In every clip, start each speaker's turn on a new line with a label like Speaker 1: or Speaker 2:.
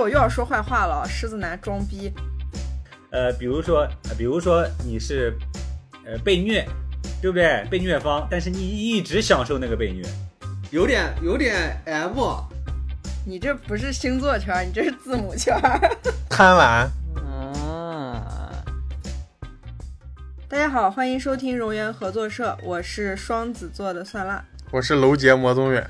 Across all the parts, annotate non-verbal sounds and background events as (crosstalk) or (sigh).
Speaker 1: 我又要说坏话了，狮子男装逼。
Speaker 2: 呃，比如说，呃比如说你是呃被虐，对不对？被虐方，但是你一直享受那个被虐，
Speaker 3: 有点有点 M，
Speaker 1: 你这不是星座圈儿，你这是字母圈儿。 (laughs)
Speaker 4: 贪玩，
Speaker 5: 啊，
Speaker 1: 大家好，欢迎收听荣源合作社，我是双子座的蒜辣。
Speaker 4: 我是楼杰魔宗远，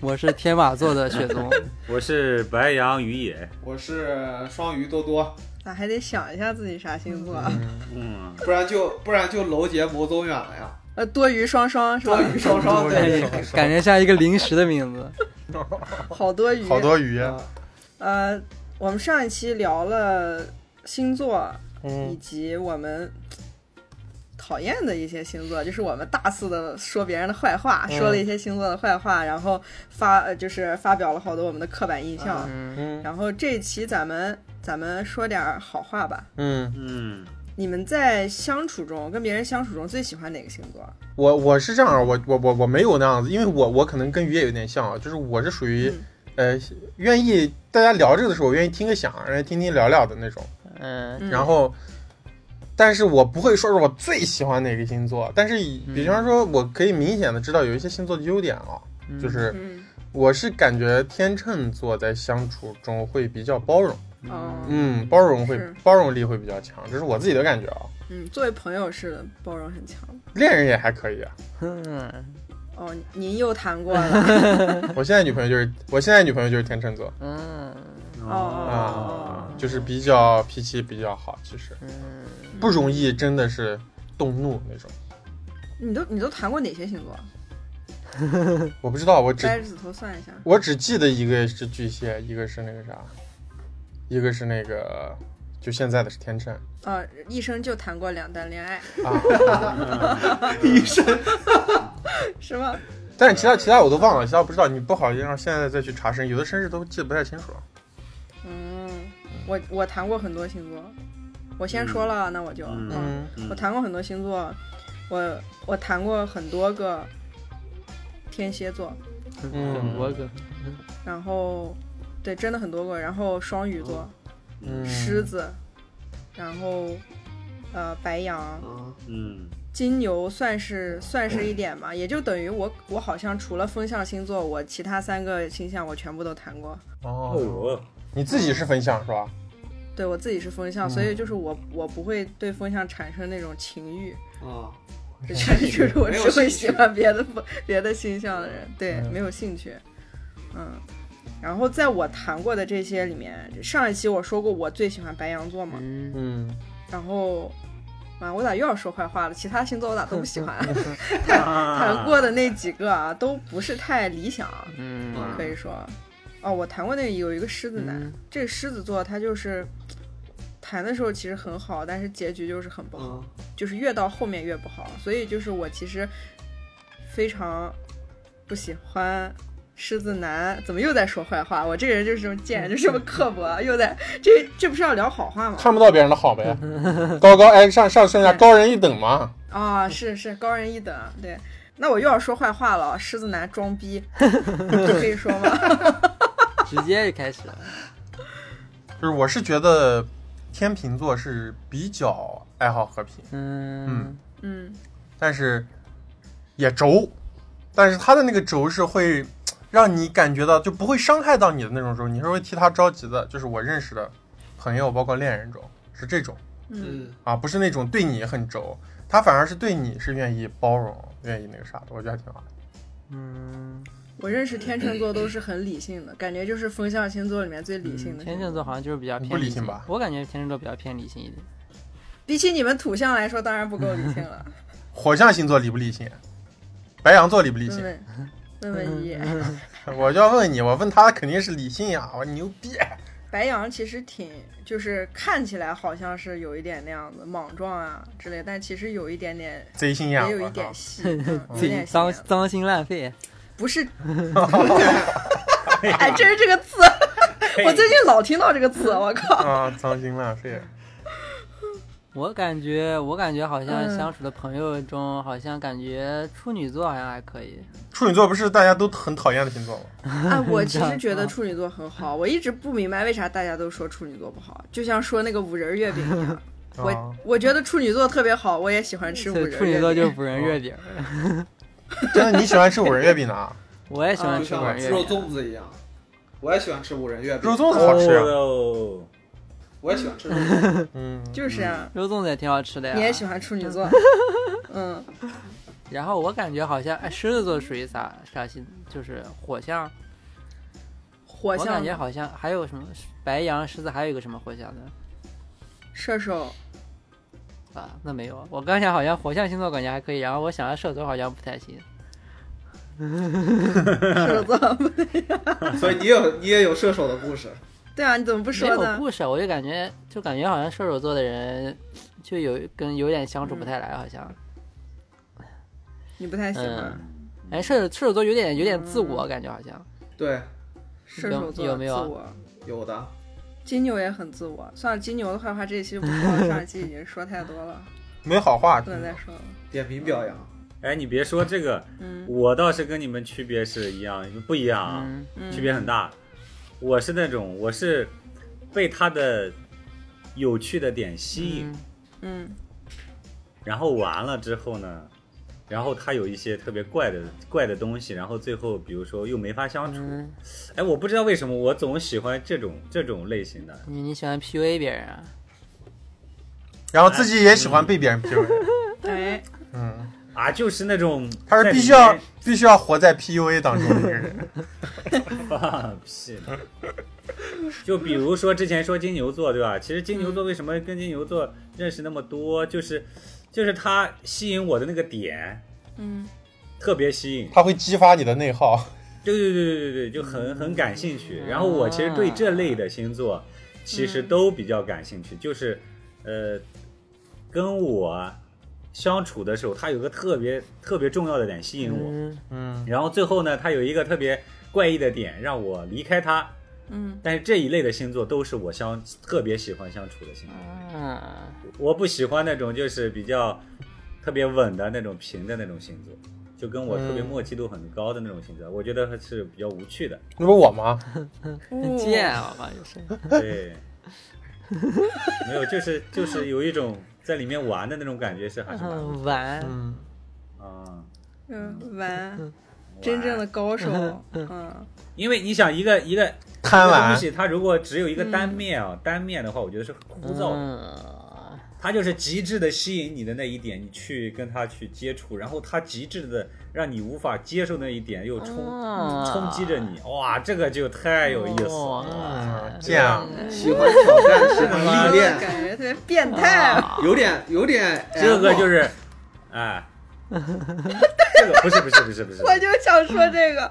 Speaker 5: 我是天马座的雪
Speaker 4: (laughs)
Speaker 5: 宗，
Speaker 2: 我是白羊于野，
Speaker 3: 我是双鱼多多，
Speaker 1: 咋还得想一下自己啥星座啊？
Speaker 2: 嗯，
Speaker 3: 不然就不然就楼杰魔宗远了
Speaker 2: (laughs)
Speaker 3: 呀，
Speaker 1: 呃，多余双双是吧
Speaker 3: 双？鱼双双对，
Speaker 5: 感觉像一个临时的名字。
Speaker 1: (laughs) 好多余。
Speaker 4: 好多鱼，
Speaker 3: 啊
Speaker 1: 呃，我们上一期聊了星座，以
Speaker 4: 嗯，
Speaker 1: 及我们讨厌的一些星座，就是我们大肆的说别人的坏话，
Speaker 4: 嗯
Speaker 1: 说了一些星座的坏话，然后发呃就是发表了好多我们的刻板印象。
Speaker 5: 嗯，
Speaker 4: 嗯
Speaker 1: 然后这期咱们咱们说点儿好话吧。
Speaker 4: 嗯，
Speaker 2: 嗯，
Speaker 1: 你们在相处中跟别人相处中最喜欢哪个星座？
Speaker 4: 我我是这样，我我我我没有那样子，因为我我可能跟鱼也有点像啊，就是我是属于、呃愿意大家聊这个的时候，我愿意听个响，然后听听聊聊的那种。
Speaker 5: 嗯，
Speaker 1: 嗯
Speaker 4: 然后，但是我不会说是我最喜欢哪个星座，但是以比方说，我可以明显的知道有一些星座的优点啊，
Speaker 5: 嗯
Speaker 4: 就是
Speaker 1: 嗯，
Speaker 4: 我是感觉天秤座在相处中会比较包容，
Speaker 1: 哦，
Speaker 4: 嗯，包容会
Speaker 1: 是
Speaker 4: 包容力会比较强，这是我自己的感觉啊。
Speaker 1: 嗯，作为朋友是的，包容很强。
Speaker 4: 恋人也还可以 (laughs) 啊，
Speaker 5: 嗯
Speaker 1: 哦，您又谈过
Speaker 4: (laughs)
Speaker 1: 了？
Speaker 4: 我现在女朋友就是我现在女朋友就是天秤座
Speaker 5: 嗯
Speaker 1: 哦哦
Speaker 4: 啊，就是比较脾气比较好，其实
Speaker 5: 嗯，
Speaker 4: 不容易真的是动怒那种。
Speaker 1: 你都你都谈过哪些星座？
Speaker 4: 我不知道，我只
Speaker 1: 掰着指头算一下。
Speaker 4: 我只记得一个是巨蟹，一个是那个啥，一个是那个就现在的是天秤
Speaker 1: 呃，一生就谈过两段恋爱，
Speaker 4: (laughs) 啊，
Speaker 1: 是吗？
Speaker 4: 但是其他其他我都忘了，其他我不知道，你不好让现在再去查身，有的身世都记得不太清楚。
Speaker 1: 嗯，我我谈过很多星座，我先说了，那我就，
Speaker 2: 嗯
Speaker 4: 嗯
Speaker 1: 我谈过很多星座，我我谈过很多个天蝎座，
Speaker 4: 嗯
Speaker 5: 我个
Speaker 1: 然后对，真的很多个，然后双鱼座、
Speaker 4: 嗯，
Speaker 1: 狮子，然后呃白羊、
Speaker 3: 嗯
Speaker 2: 嗯
Speaker 1: 金牛算
Speaker 4: 嗯
Speaker 1: 是算是一点吧，也就等于我我好像除了风象星座，我其他三个星象我全部都谈过。
Speaker 2: 哦
Speaker 4: 哦，
Speaker 2: 哟，
Speaker 4: 你自己是分享是吧？
Speaker 1: 对我自己是风
Speaker 4: 嗯
Speaker 1: 象，所以就是我我不会对风象产生那种情欲，
Speaker 3: 啊，
Speaker 4: 嗯
Speaker 1: 就全是就是我
Speaker 3: 没有
Speaker 1: 是会
Speaker 3: 兴趣
Speaker 1: 喜欢别的不
Speaker 4: (laughs)
Speaker 1: 别的星象的人，对，
Speaker 4: 嗯
Speaker 1: 没有兴趣，嗯。然后在我谈过的这些里面，上一期我说过我最喜欢白羊座嘛，
Speaker 5: 嗯
Speaker 4: 嗯，
Speaker 1: 然后。啊，我咋又要说坏话了？其他星座我咋都不喜
Speaker 4: (laughs)
Speaker 1: 欢，谈
Speaker 2: 谈
Speaker 1: 过的那几个啊，都不是太理想，啊
Speaker 5: 嗯
Speaker 1: 可以说。哦，我谈过那个有一个狮子男，
Speaker 5: 嗯
Speaker 1: 这个狮子座他就是谈的时候其实很好，但是结局就是很不好。
Speaker 3: 嗯
Speaker 1: 就是越到后面越不好，所以就是我其实非常不喜欢狮子男，怎么又在说坏话？我这个人就是这么贱，就是这么刻薄，啊又在这这不是要聊好话吗？
Speaker 4: 看不到别人的好 (laughs) 呗，高高哎上上上下高人一等嘛。
Speaker 1: 啊、是是高人一等，对。那我又要说坏话了，狮子男装逼，可以说吗？
Speaker 5: 直接就开始了。
Speaker 4: 就是我是觉得天秤座是比较爱好和平，
Speaker 5: 嗯
Speaker 1: 嗯，
Speaker 4: 但是也轴，但是他的那个轴是会让你感觉到就不会伤害到你的那种轴，你是会替他着急的。就是我认识的朋友，包括恋人中是这种
Speaker 3: 嗯
Speaker 4: 啊，不是那种对你很轴，他反而是对你是愿意包容、愿意那个啥的，我觉得还挺好的。
Speaker 5: 嗯，
Speaker 1: 我认识天秤座都是很理性的，感觉就是风象星座里面最理性的。
Speaker 5: 嗯天秤座，好像就是比较偏
Speaker 4: 不理性
Speaker 5: 性
Speaker 4: 吧
Speaker 5: 我感觉天秤座比较偏理性一点。
Speaker 1: 比起你们土象来说，当然不够理性
Speaker 5: (laughs)
Speaker 1: 了。
Speaker 4: 火象星座理不理性？啊白羊座理不理
Speaker 1: 问
Speaker 4: 性？
Speaker 1: 问问
Speaker 5: (laughs) 嗯
Speaker 1: 问一。
Speaker 4: 我就要问你，我问他肯定是理性呀，我牛逼。
Speaker 1: 白羊其实挺，就是看起来好像是有一点那样子莽撞啊之类，但其实有一点点，
Speaker 4: 贼心眼，
Speaker 1: 也有一
Speaker 4: 我操
Speaker 1: 点
Speaker 5: (laughs)
Speaker 1: 细，嗯、有
Speaker 5: 自己
Speaker 1: 点细
Speaker 5: 脏脏心烂肺，
Speaker 1: 不是，哎，真是这个字，
Speaker 5: (laughs) 嗯
Speaker 1: 我最近老听到这个词，我靠，
Speaker 4: 啊，脏心烂肺。
Speaker 5: 我感觉，我感觉好像
Speaker 1: 嗯
Speaker 5: 相处的朋友中，好像感觉处女座好像还可以。
Speaker 4: 处女座不是大家都很讨厌的星座吗？
Speaker 1: 啊，我其实觉
Speaker 5: 啊
Speaker 1: 得处女座很好，我一直不明白为啥大家都说处女座不好，就像说那个五仁月饼一样。
Speaker 4: 啊
Speaker 1: 我我觉得处女座特别好，我也喜欢吃五
Speaker 5: 所以
Speaker 1: 仁
Speaker 5: 处女座
Speaker 1: 月饼
Speaker 5: 就是五仁月饼，
Speaker 4: 哦真的，你啊喜欢吃五仁月饼呢？
Speaker 5: 我也喜欢
Speaker 3: 就
Speaker 5: 吃
Speaker 3: 像
Speaker 5: 五
Speaker 3: 我
Speaker 5: 仁
Speaker 3: 吃
Speaker 5: 月
Speaker 3: 肉
Speaker 5: 饼。
Speaker 3: 粽子一样，我也喜欢吃五仁月饼，
Speaker 4: 肉粽子好吃啊。
Speaker 2: 哦
Speaker 3: 我也喜欢吃肉
Speaker 2: (laughs)
Speaker 3: 粽子。
Speaker 4: 嗯，
Speaker 1: 就是啊，
Speaker 5: 肉粽子也挺好吃的呀。
Speaker 1: 你也喜欢处女
Speaker 5: (laughs)
Speaker 1: 座，嗯，
Speaker 5: 然后我感觉好像，哎，狮子座属于啥啥星？就是火象。
Speaker 1: 火
Speaker 5: 我
Speaker 1: 象
Speaker 5: 感觉好像还有什么白羊、狮子，还有一个什么火象的
Speaker 1: 射
Speaker 5: (laughs)
Speaker 1: 手，
Speaker 5: 啊？那没有，我刚想好像火象星座感觉还可以，然后我想了射手好像不太行。
Speaker 1: 射手座， (laughs)
Speaker 3: 所以你有你也有射手的故事，
Speaker 1: 对啊，你怎么不
Speaker 5: 没
Speaker 1: 说
Speaker 5: 有
Speaker 1: 呢？
Speaker 5: 故事，我就感觉就感觉好像射手座的人就有跟有点相处不太来，好像。
Speaker 1: 你不太喜欢
Speaker 5: 嗯哎，射手射手座有点有点自
Speaker 1: 嗯
Speaker 5: 我感觉，好像
Speaker 3: 对，
Speaker 1: 射手座
Speaker 5: 有没啊有
Speaker 1: 自我，
Speaker 3: 有的。
Speaker 1: 金牛也很自我。算了，金牛的坏话这一期就不说了，上一期已经说太多了，
Speaker 4: 没好话。
Speaker 1: 不能再说了。
Speaker 3: 点评表扬，
Speaker 2: 哎，你别说这个，
Speaker 1: 嗯
Speaker 2: 我倒是跟你们区别是一样，不一样啊，
Speaker 5: 嗯
Speaker 2: 区
Speaker 1: 嗯，
Speaker 2: 别很大。我是那种，我是被他的有趣的点吸引，
Speaker 5: 嗯
Speaker 1: 嗯，
Speaker 2: 然后完了之后呢，然后他有一些特别怪的怪的东西，然后最后比如说又没法相处。
Speaker 5: 嗯，
Speaker 2: 哎，我不知道为什么我总喜欢这种这种类型的。
Speaker 5: 你你喜欢 PUA 别人啊？
Speaker 4: 然后自己也喜欢被别人 PUA。
Speaker 1: 哎，
Speaker 5: (laughs)
Speaker 4: 嗯，
Speaker 2: 啊，就是那种
Speaker 4: 他是
Speaker 2: 在
Speaker 4: 必须
Speaker 2: 里面 (laughs)
Speaker 4: 要必须要活在 PUA 当中的一个人。
Speaker 2: 放屁！啊就比如说之前说金牛座，对吧？其实金牛座为什么跟金牛座认识那么多，就是就是他吸引我的那个点
Speaker 1: 嗯
Speaker 2: 特别吸引，
Speaker 4: 他会激发你的内耗。
Speaker 2: 对对对对对，就很很感兴趣。然后我其实对这类的星座其实都比较感兴趣，就是呃，跟我相处的时候，他有个特别特别重要的点吸引我，
Speaker 5: 嗯，
Speaker 4: 嗯，
Speaker 2: 然后最后呢，他有一个特别怪异的点让我离开他。
Speaker 1: 嗯，
Speaker 2: 但是这一类的星座都是我相特别喜欢相处的星座，
Speaker 5: 啊，
Speaker 2: 我不喜欢那种就是比较特别稳的那种平的那种星座，就跟我特别
Speaker 4: 嗯
Speaker 2: 默契度很高的那种星座，我觉得还是比较无趣的。
Speaker 4: 那不是我吗？
Speaker 5: 很贱啊，好吧，就是。
Speaker 1: (laughs)
Speaker 2: 对， (laughs) 没有，就是就是有一种在里面玩的那种感觉是还是蛮
Speaker 5: 嗯，玩，
Speaker 4: 嗯，
Speaker 2: 啊，
Speaker 1: 嗯，
Speaker 5: (laughs)
Speaker 1: 玩，真正的高手，嗯，
Speaker 2: 因为你想一个一个
Speaker 4: 贪
Speaker 2: 一个东
Speaker 4: 玩。
Speaker 2: 西，它如果只有一个单面啊，单面的话，我觉得是很枯燥的。
Speaker 5: 嗯，
Speaker 2: 他就是极致的吸引你的那一点，你去跟他去接触，然后他极致的让你无法接受那一点，又冲、
Speaker 5: 啊
Speaker 2: 冲击着你，哇，这个就太有意思了。
Speaker 5: 哇
Speaker 4: 嗯，这样
Speaker 3: 喜欢挑战，喜欢历
Speaker 1: 的
Speaker 2: (laughs)
Speaker 3: 练，
Speaker 1: 感觉特别变态。啊
Speaker 3: 有点有点 M，
Speaker 2: 这个就是，哎， (laughs) 这个不是不是不是不是，
Speaker 1: 我就想说这个，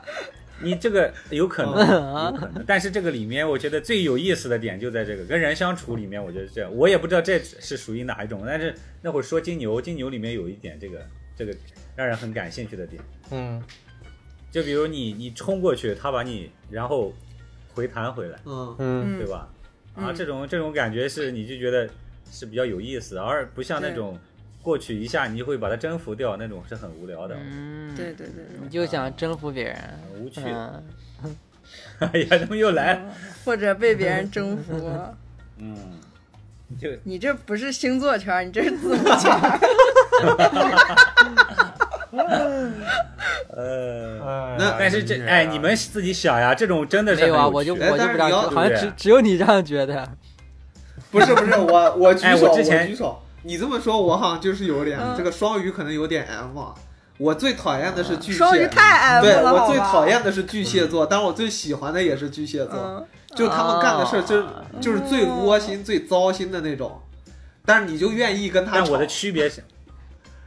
Speaker 2: 你这个有可能有可能，但是这个里面我觉得最有意思的点就在这个跟人相处里面，我觉得是这样，我也不知道这是属于哪一种，但是那会儿说金牛，金牛里面有一点这个这个让人很感兴趣的点。
Speaker 4: 嗯，
Speaker 2: 就比如你你冲过去，他把你然后回弹回来，
Speaker 3: 嗯，
Speaker 4: 嗯，
Speaker 2: 对
Speaker 1: 嗯，
Speaker 2: 吧？啊，
Speaker 1: 嗯
Speaker 2: 这种这种感觉是你就觉得是比较有意思的，而不像那种过去一下你就会把它征服掉那种是很无聊的，
Speaker 5: 嗯，
Speaker 1: 对，对对，对
Speaker 5: 你就想征服别人，
Speaker 2: 很无趣。
Speaker 5: 嗯，
Speaker 2: 哎呀，他们又来了，
Speaker 1: 或者被别人征服，
Speaker 2: 嗯，就
Speaker 1: 你这不是星座圈儿，你这是字母圈儿。
Speaker 2: 呃，
Speaker 4: 哎
Speaker 3: 那
Speaker 4: 呀
Speaker 2: 但是这哎，你们自己想呀，这种真的是
Speaker 5: 没
Speaker 2: 很
Speaker 5: 有啊，我
Speaker 2: 趣
Speaker 5: 就我
Speaker 2: 哎
Speaker 5: 就不
Speaker 3: 但是
Speaker 5: 知道
Speaker 3: 你要，
Speaker 5: 好像
Speaker 2: 对
Speaker 5: 只只有你这样觉得。
Speaker 3: (laughs) 不是不是，我我举
Speaker 2: 哎
Speaker 3: 手，
Speaker 2: 我之前
Speaker 3: 举手。你这么说，我好像就是有点
Speaker 1: 嗯
Speaker 3: 这个双鱼可能有点 M 啊。我最讨厌的是巨
Speaker 1: 嗯
Speaker 3: 蟹，嗯
Speaker 1: 双鱼太 M
Speaker 3: 对
Speaker 1: 了，
Speaker 3: 我最
Speaker 1: 好吧
Speaker 3: 讨。厌的是巨蟹
Speaker 2: 嗯
Speaker 3: 座，但我最喜欢的也是巨蟹座。
Speaker 1: 嗯，哦
Speaker 3: 就他们干的事儿，就是
Speaker 5: 啊
Speaker 3: 就是最窝心、最糟心的那种，但是你就愿意跟他
Speaker 2: 但
Speaker 3: 吵。
Speaker 2: 我的区别是，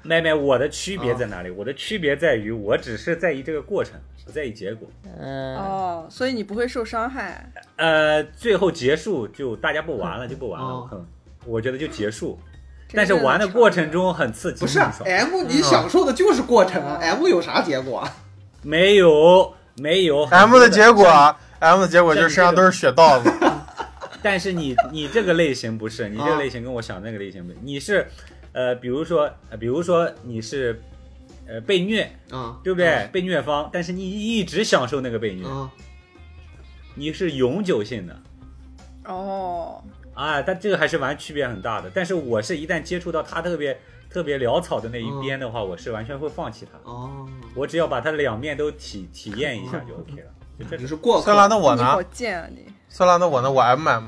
Speaker 2: 妹妹，我的区别在哪里？我的区别在于，我只是在意这个过程，不在意结果。
Speaker 5: 嗯，
Speaker 1: 哦，所以你不会受伤害。
Speaker 2: 呃，最后结束就大家不玩了，就不玩了，
Speaker 3: 哦
Speaker 2: 哼，我觉得就结束。
Speaker 1: 真
Speaker 2: 但是
Speaker 1: 正
Speaker 2: 玩的
Speaker 1: 成
Speaker 2: 过程中很刺激，
Speaker 3: 不是啊
Speaker 2: 很爽
Speaker 3: M，你
Speaker 1: 嗯
Speaker 3: 享受的就是过程啊，M 有啥结果啊？
Speaker 2: 没有没有
Speaker 4: M 的结啊
Speaker 2: 很多
Speaker 4: 果，M 的结果就是身上都是血道子。
Speaker 2: 的，但是你你这个类型不是，你这个类型跟我想那个类型不一样，你是，呃，比如说，呃比如说你是，呃，被虐，
Speaker 3: 啊
Speaker 2: 对不对？被虐方，但是你一直享受那个被虐，
Speaker 3: 啊
Speaker 2: 你是永久性的
Speaker 1: 哦，
Speaker 2: 啊。但这个还是完区别很大的。但是我是一旦接触到他特别特别潦草的那一边的话，我是完全会放弃他。
Speaker 3: 哦，
Speaker 2: 我只要把它两面都体体验一下就 OK 了。就这
Speaker 3: 你
Speaker 2: 种
Speaker 3: 是过客
Speaker 4: 算了，那我
Speaker 1: 你
Speaker 4: 呢
Speaker 1: 好？贱啊你！
Speaker 4: 算了，那我呢？我 M M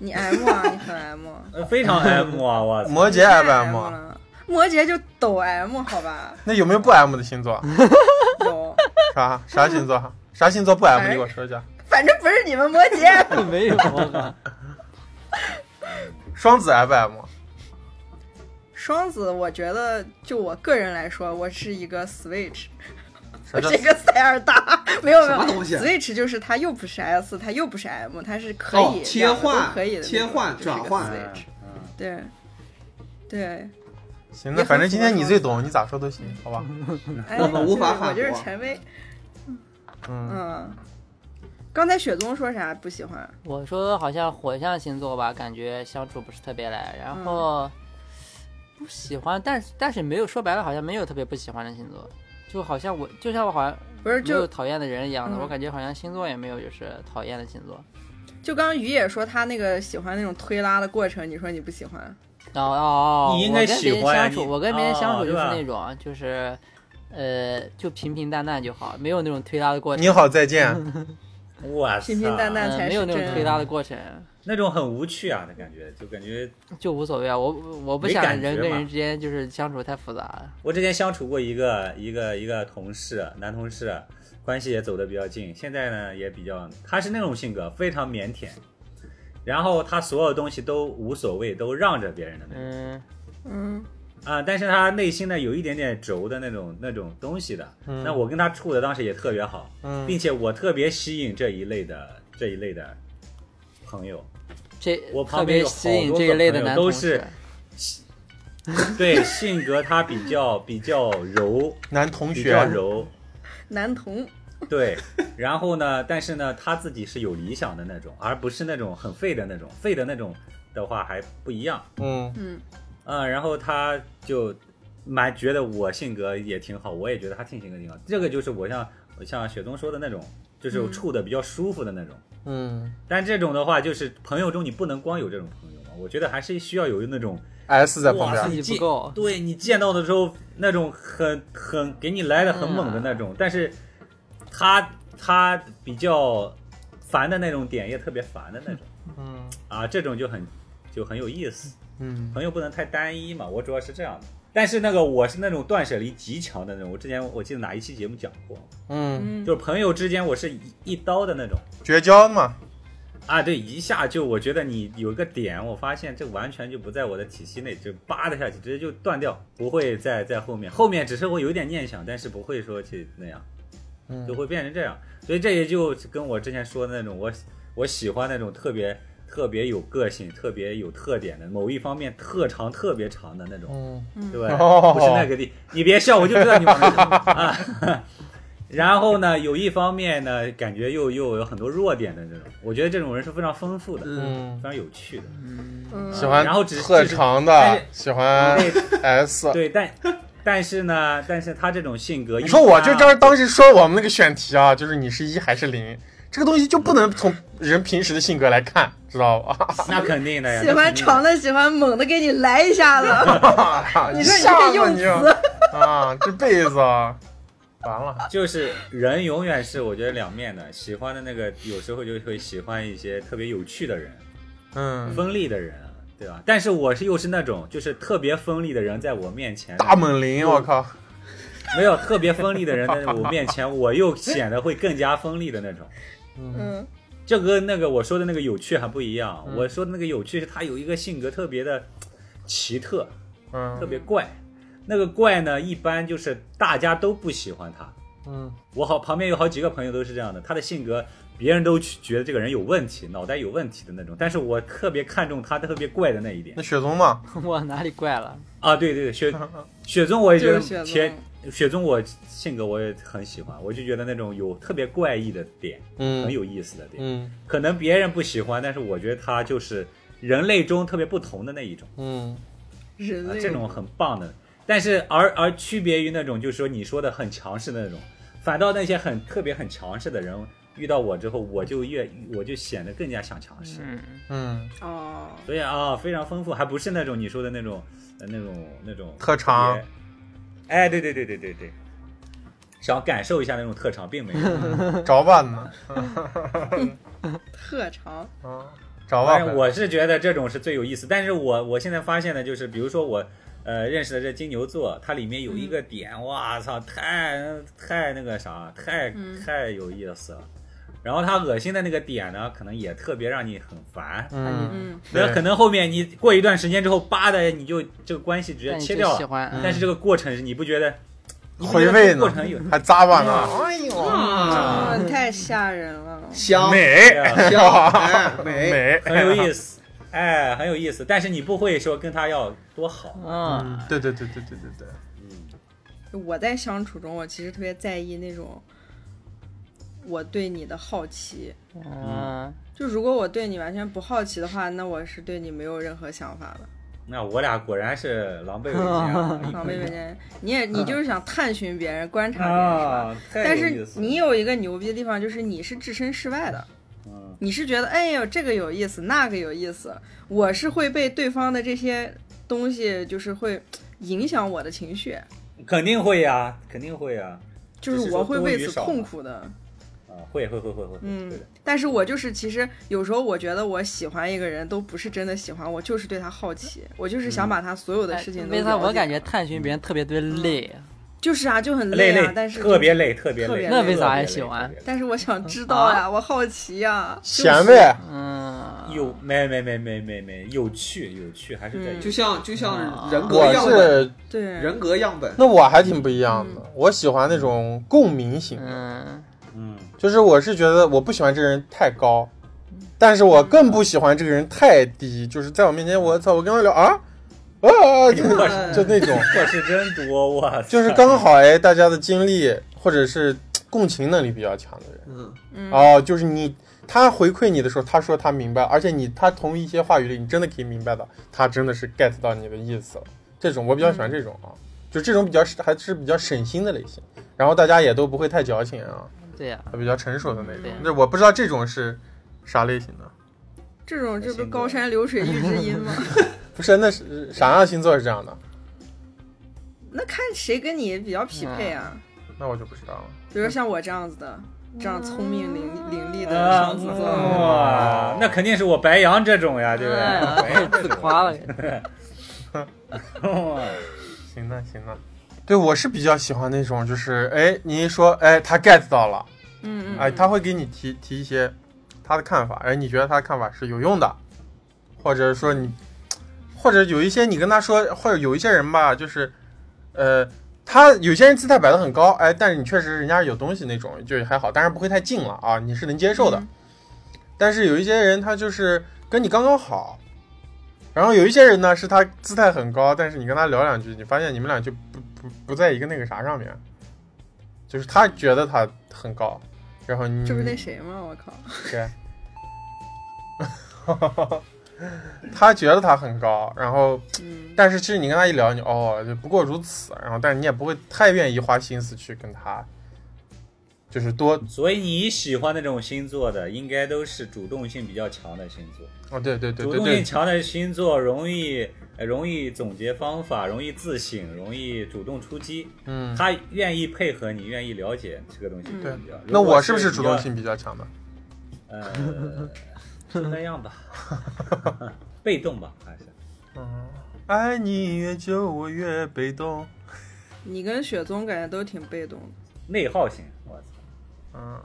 Speaker 1: 你 M 啊，你很 M 啊。
Speaker 2: 呃非常 M 啊，我操！
Speaker 4: 摩羯
Speaker 1: 太
Speaker 4: M 啊
Speaker 1: M
Speaker 4: M，
Speaker 1: 了，摩羯就抖 M 好吧？
Speaker 4: 那有没有不 M 的星座？
Speaker 1: 有，
Speaker 4: 啥啥星座？啥星座不 M？
Speaker 1: 哎
Speaker 4: 你给我说一下。
Speaker 1: 反正不是你们摩羯。 (laughs)
Speaker 5: 没有啊吧？
Speaker 4: 双子 M M，
Speaker 1: 双子，我觉得就我个人来说，我是一个 Switch，
Speaker 4: 啥
Speaker 3: (laughs)
Speaker 1: 我
Speaker 4: 叫
Speaker 1: 是一个塞尔达，没有没
Speaker 3: 什
Speaker 1: 有
Speaker 3: 么东西啊
Speaker 1: Switch 就是它又不是 S，它又不是 M，它是可
Speaker 3: 哦
Speaker 1: 以、
Speaker 3: 切换
Speaker 1: 两个都可以的那种
Speaker 3: 切换
Speaker 1: 就是一个
Speaker 3: 转换
Speaker 1: Switch，对
Speaker 2: 嗯
Speaker 1: 对，
Speaker 4: 行，那反正今天你最懂，你咋说都行，好吧？
Speaker 1: 哎，
Speaker 3: 我们无法
Speaker 1: 就是我
Speaker 3: 反
Speaker 1: 就是
Speaker 3: 驳
Speaker 1: 权威，
Speaker 4: 嗯，
Speaker 1: 嗯。刚才雪宗说啥不喜欢？
Speaker 5: (laughs) 我说好像火象星座吧，感觉相处不是特别来，然后
Speaker 1: 嗯
Speaker 5: 不喜欢，但是但是没有说白了，好像没有特别不喜欢的星座，就好像我就像我好像
Speaker 1: 不是
Speaker 5: 没有
Speaker 1: 就
Speaker 5: 讨厌的人一样
Speaker 1: 嗯
Speaker 5: 的，我感觉好像星座也没有就是讨厌的星座。
Speaker 1: 就刚刚于也说他那个喜欢那种推拉的过程，你说你不喜欢？
Speaker 5: 哦哦，哦
Speaker 2: 你应该
Speaker 5: 我跟别人
Speaker 2: 喜欢呀
Speaker 5: 相处，
Speaker 2: 你
Speaker 5: 我跟别人相处
Speaker 2: 哦
Speaker 5: 就是
Speaker 2: 对吧
Speaker 5: 那种、就是。呃，就平平淡淡就好，没有那种推拉的过程，
Speaker 4: 你好，再见。
Speaker 2: 我操，
Speaker 1: 平平淡淡
Speaker 5: 呃
Speaker 1: 才
Speaker 5: 没
Speaker 1: 是
Speaker 5: 有那
Speaker 1: 真
Speaker 5: 种推
Speaker 1: 爱。
Speaker 5: 拉的过程，
Speaker 2: 嗯那种很无趣啊的感觉，就感觉
Speaker 5: 就无所谓啊。我我不
Speaker 2: 没
Speaker 5: 想
Speaker 2: 感觉
Speaker 5: 人跟
Speaker 2: 嘛
Speaker 5: 人之间就是相处太复杂了。
Speaker 2: 我之前相处过一个一个一个同事，男同事，关系也走得比较近。现在呢，也比较，他是那种性格，非常腼腆，然后他所有东西都无所谓，都让着别人的那种
Speaker 5: 嗯，
Speaker 1: 嗯，
Speaker 2: 啊、但是他内心呢，有一点点轴的那种那种东西的。
Speaker 4: 嗯
Speaker 2: 那我跟他处的当时也特别好，
Speaker 4: 嗯，
Speaker 2: 并且我特别吸引这一类的这一类的朋
Speaker 4: (laughs)
Speaker 2: 友。
Speaker 5: 这
Speaker 2: 我
Speaker 5: 特
Speaker 2: 旁
Speaker 5: 别
Speaker 2: 边
Speaker 5: 吸
Speaker 2: 有好
Speaker 5: 引
Speaker 2: 多
Speaker 5: 这一
Speaker 2: 个
Speaker 5: 类的
Speaker 2: 朋友
Speaker 5: 男
Speaker 2: 都
Speaker 5: 同
Speaker 2: 是
Speaker 5: 事。 (laughs)
Speaker 2: 对，性格他比较比较柔，
Speaker 4: 男同
Speaker 2: 比较
Speaker 4: 学，
Speaker 2: 柔。
Speaker 1: 男同，
Speaker 2: 对，然后呢，但是呢，他自己是有理想的那种，而不是那种很废的那种，废的那种的话还不一样。
Speaker 4: 嗯，
Speaker 1: 嗯，
Speaker 2: 嗯，然后他就蛮觉得我性格也挺好，我也觉得他挺性格挺好。这个就是我像我像雪冬说的那种，就是处的比较舒服的那种。
Speaker 4: 嗯
Speaker 2: 但这种的话，就是朋友中你不能光有这种朋友嘛，我觉得还是需要有那种
Speaker 4: ，S 在旁
Speaker 2: 哇塞
Speaker 4: 边，
Speaker 5: 自己
Speaker 2: 你
Speaker 5: 不
Speaker 2: 见
Speaker 5: 够
Speaker 2: 对你见到的时候那种很很给你来的很猛的那
Speaker 5: 嗯
Speaker 2: 种，但是他他比较烦的那种点也特别烦的那种
Speaker 4: 嗯
Speaker 2: 啊，这种就很就很有意思。
Speaker 4: 嗯，
Speaker 2: 朋友不能太单一嘛，我主要是这样的。但是那个我是那种断舍离极强的那种，我之前我记得哪一期节目讲过，
Speaker 4: 嗯，
Speaker 1: 嗯
Speaker 2: 就是朋友之间我是一一刀的那种
Speaker 4: 绝交嘛，
Speaker 2: 啊，对，一下就我觉得你有一个点，我发现这完全就不在我的体系内，就扒的下去，直接就断掉，不会再在后面，后面只是会有一点念想，但是不会说去那样，
Speaker 4: 嗯
Speaker 2: 就会变成这样。所以这也就跟我之前说的那种，我我喜欢那种特别特别有个性、特别有特点的某一方面特长特别长的那种。
Speaker 4: 嗯，
Speaker 2: 对吧
Speaker 4: 哦
Speaker 2: 不是那个地，你别笑，我就知道你往那想啊。 (laughs) 然后呢，有一方面呢，感觉又又有很多弱点的这种，我觉得这种人是非常丰富的，
Speaker 4: 嗯
Speaker 2: 非常有趣的。
Speaker 1: 嗯
Speaker 4: 喜欢
Speaker 2: 然后只
Speaker 4: 特
Speaker 2: 但
Speaker 4: 长的
Speaker 2: 是，哎
Speaker 4: 喜欢 S。
Speaker 2: 对，但但是呢，但是他这种性格一般啊，
Speaker 4: 你说我就这儿当时说我们那个选题啊，就是你是一还是零，这个东西就不能从人平时的性格来看，知道吧？
Speaker 2: 那肯定的呀，
Speaker 1: 喜欢长
Speaker 2: 的，
Speaker 1: 的，喜欢猛的，给你来一下子。你说你
Speaker 4: 吓
Speaker 1: 这
Speaker 4: 死
Speaker 1: 用
Speaker 4: 你了
Speaker 1: 词，
Speaker 4: 啊，这辈子啊， (laughs) 完了，
Speaker 2: 就是人永远是我觉得两面的，喜欢的那个有时候就会喜欢一些特别有趣的人，
Speaker 4: 嗯，
Speaker 2: 锋利的人啊，对吧？但是我是又是那种就是特别锋利的人，在我面前
Speaker 4: 大猛林，我靠，
Speaker 2: (laughs) 没有特别锋利的人在我面前，我又显得会更加锋利的那种。
Speaker 4: 嗯
Speaker 1: 嗯
Speaker 2: 这个那个我说的那个有趣还不一样，
Speaker 4: 嗯
Speaker 2: 我说的那个有趣是他有一个性格特别的奇特，特
Speaker 4: 嗯
Speaker 2: 别怪。那个怪呢，一般就是大家都不喜欢他。
Speaker 4: 嗯
Speaker 2: 我好旁边有好几个朋友都是这样的，他的性格别人都去觉得这个人有问题，脑袋有问题的那种，但是我特别看重他特别怪的那一点
Speaker 4: 那雪宗嘛，
Speaker 5: 我哪里怪了？
Speaker 4: (laughs)
Speaker 2: 啊。对对对，雪雪宗我也觉
Speaker 1: 嗯就是雪
Speaker 2: 得
Speaker 1: 宗
Speaker 2: 铁雪中我性格我也很喜欢，我就觉得那种有特别怪异的点，
Speaker 4: 嗯
Speaker 2: 很有意思的点，
Speaker 4: 嗯
Speaker 2: 可能别人不喜欢，但是我觉得他就是人类中特别不同的那一种，
Speaker 4: 嗯
Speaker 1: 人
Speaker 2: 啊
Speaker 1: 类
Speaker 2: 这种很棒的。但是而而区别于那种就是说你说的很强势的那种，反倒那些很特别很强势的人遇到我之后，我就越我就显得更加想强势。
Speaker 5: 嗯，
Speaker 4: 嗯，
Speaker 1: 哦，
Speaker 2: 所以啊、非常丰富，还不是那种你说的那种、呃那种那种
Speaker 4: 特长
Speaker 2: 特别。哎，对对对对对对，想感受一下那种特长，并没有。
Speaker 4: 找吧呢，
Speaker 1: 特长
Speaker 4: 嗯，找吧
Speaker 2: 反
Speaker 4: 回来。
Speaker 2: 正我是觉得这种是最有意思，但是我我现在发现的就是，比如说我呃认识的这金牛座，它里面有一个点，哇操，太太那个啥，太
Speaker 1: 嗯
Speaker 2: 太有意思了。然后他恶心的那个点呢，可能也特别让你很烦。
Speaker 4: 嗯，
Speaker 1: 嗯
Speaker 2: 那
Speaker 4: 对
Speaker 2: 可能后面你过一段时间之后，叭的你就这个关系直接
Speaker 5: 但你
Speaker 2: 切
Speaker 5: 就
Speaker 2: 掉了
Speaker 5: 喜。欢，
Speaker 4: 嗯
Speaker 5: 嗯
Speaker 2: 但是这个过程你不觉得你不觉
Speaker 4: 回
Speaker 2: 得
Speaker 4: 味
Speaker 2: 这个过
Speaker 4: 呢
Speaker 2: 程有
Speaker 4: 还咂巴呢，哎呦，
Speaker 3: 啊，
Speaker 1: 哦，太吓人了。
Speaker 3: 香
Speaker 4: 美
Speaker 3: 香哎美，
Speaker 4: 美，
Speaker 2: 很有意思，哎，很有意思。但是你不会说跟他要多好，
Speaker 5: 嗯，
Speaker 4: 嗯，对对对对对对对，
Speaker 1: 我在相处中，我其实特别在意那种我对你的好奇。
Speaker 5: 嗯，
Speaker 1: 就如果我对你完全不好奇的话，那我是对你没有任何想法的。
Speaker 2: 那我俩果然是狼狈为奸啊
Speaker 1: 啊，魏文坚，你也你就是想探寻别人、观察别人，是吧？
Speaker 2: 啊！太
Speaker 1: 但
Speaker 2: 有意
Speaker 1: 是
Speaker 2: 思了
Speaker 1: 你有一个牛逼的地方，就是你是置身事外的，
Speaker 2: 嗯
Speaker 1: 你是觉得哎呦这个有意思，那个有意思，我是会被对方的这些东西就是会影响我的情绪，
Speaker 2: 肯定会呀，肯定会呀，
Speaker 1: 就
Speaker 2: 只是
Speaker 1: 是
Speaker 2: 说
Speaker 1: 我会
Speaker 2: 多
Speaker 1: 为
Speaker 2: 与
Speaker 1: 此
Speaker 2: 少
Speaker 1: 痛
Speaker 2: 嘛
Speaker 1: 苦的。
Speaker 2: 啊，会会会会会，
Speaker 1: 嗯
Speaker 2: 会的，
Speaker 1: 但是我就是，其实有时候我觉得我喜欢一个人都不是真的喜欢，我就是对他好奇，我就是
Speaker 2: 嗯
Speaker 1: 想把他所有的事情都
Speaker 5: 为
Speaker 1: 了解。
Speaker 5: 啥哎我感觉探寻别人特别的累？
Speaker 1: 就是啊，就很
Speaker 2: 累
Speaker 1: 啊
Speaker 2: 累，，
Speaker 1: 但是
Speaker 2: 特别累，特别
Speaker 1: 特别累
Speaker 2: 累。
Speaker 1: 那
Speaker 5: 为
Speaker 2: 特
Speaker 5: 啥
Speaker 2: 别
Speaker 5: 还喜
Speaker 2: 累
Speaker 5: 欢？
Speaker 2: 特别累
Speaker 1: 但是我想知道
Speaker 2: 啊
Speaker 1: 呀、我好奇呀、
Speaker 4: 闲呗，
Speaker 5: 嗯，
Speaker 2: 有没没没没没没有趣有趣，还是在
Speaker 1: 嗯
Speaker 2: 有
Speaker 3: 就像就像人格
Speaker 4: 我
Speaker 3: 样本，
Speaker 4: 是
Speaker 1: 对，
Speaker 3: 人格样本，
Speaker 4: 那我还挺不一样的，我喜欢那种共鸣型的，
Speaker 5: 嗯，
Speaker 2: 嗯
Speaker 4: 就是我是觉得我不喜欢这个人太高，但是我更不喜欢这个人太低，就是在我面前我操，我跟他聊啊啊啊， (laughs) 就
Speaker 2: 特
Speaker 4: 那就那种，
Speaker 2: 课是真多，我
Speaker 4: 就是刚好哎，大家的经历或者是共情能力比较强的人，
Speaker 3: 嗯，
Speaker 1: 嗯
Speaker 2: 啊
Speaker 4: 哦，就是你他回馈你的时候，他说他明白，而且你他从一些话语里，你真的可以明白到，他真的是 get 到你的意思了。这种我比较喜欢这种啊，就这种比较还是比较省心的类型，然后大家也都不会太矫情啊，
Speaker 5: 对呀，
Speaker 4: 比较成熟的那种
Speaker 5: 对。
Speaker 4: 那我不知道这种是啥类型的，
Speaker 1: 这种这不是
Speaker 2: 星座
Speaker 1: 高山流水遇知音吗？
Speaker 4: 不是那是啥样星座是这样的？
Speaker 1: 那看谁跟你比较匹配啊？
Speaker 4: 那我就不知道了。
Speaker 1: 比如像我这样子的，这样聪明伶俐伶俐的
Speaker 2: 啊
Speaker 1: 双子座，
Speaker 2: 哇，那肯定是我白羊这种呀，对不对？
Speaker 5: 哎自夸了，
Speaker 2: 哇
Speaker 4: 行了行了，对我是比较喜欢那种，就是哎，你一说哎，他 get 到了。
Speaker 1: 嗯嗯，
Speaker 4: 哎，他会给你提提一些他的看法，哎，你觉得他的看法是有用的，或者说你，或者有一些你跟他说，或者有一些人吧，就是，呃，他有些人姿态摆得很高，哎，但是你确实人家是有东西那种，就还好，当然不会太近了啊，你是能接受的。
Speaker 1: 嗯
Speaker 4: 但是有一些人他就是跟你刚刚好，然后有一些人呢是他姿态很高，但是你跟他聊两句，你发现你们俩就不不不在一个那个啥上面，就是他觉得他很高，然后你
Speaker 1: 这不
Speaker 4: (laughs)
Speaker 1: 是那谁吗？我靠，
Speaker 4: 谁？他觉得他很高，然后
Speaker 1: 嗯
Speaker 4: 但是其实你跟他一聊，你哦，就不过如此，然后但是你也不会太愿意花心思去跟他，就是多
Speaker 2: 所以你喜欢那种星座的，应该都是主动性比较强的星座。
Speaker 4: 哦，对对对
Speaker 2: 主
Speaker 4: 对
Speaker 2: 动性
Speaker 4: 对，
Speaker 2: 强的星座容易呃容易总结方法，容易自省，容易主动出击。
Speaker 4: 嗯，
Speaker 2: 他愿意配合你，愿意了解这个东西
Speaker 1: 嗯
Speaker 2: 比较。比较
Speaker 4: 那我是不是主动？性比较强的？
Speaker 2: 如果是比较
Speaker 4: (laughs)
Speaker 2: 呃，就那样吧，被动吧，还是
Speaker 4: 嗯，爱你越久，我越被动。
Speaker 1: 你跟雪宗感觉都挺被动的，
Speaker 2: 内耗型。我操，
Speaker 4: 嗯，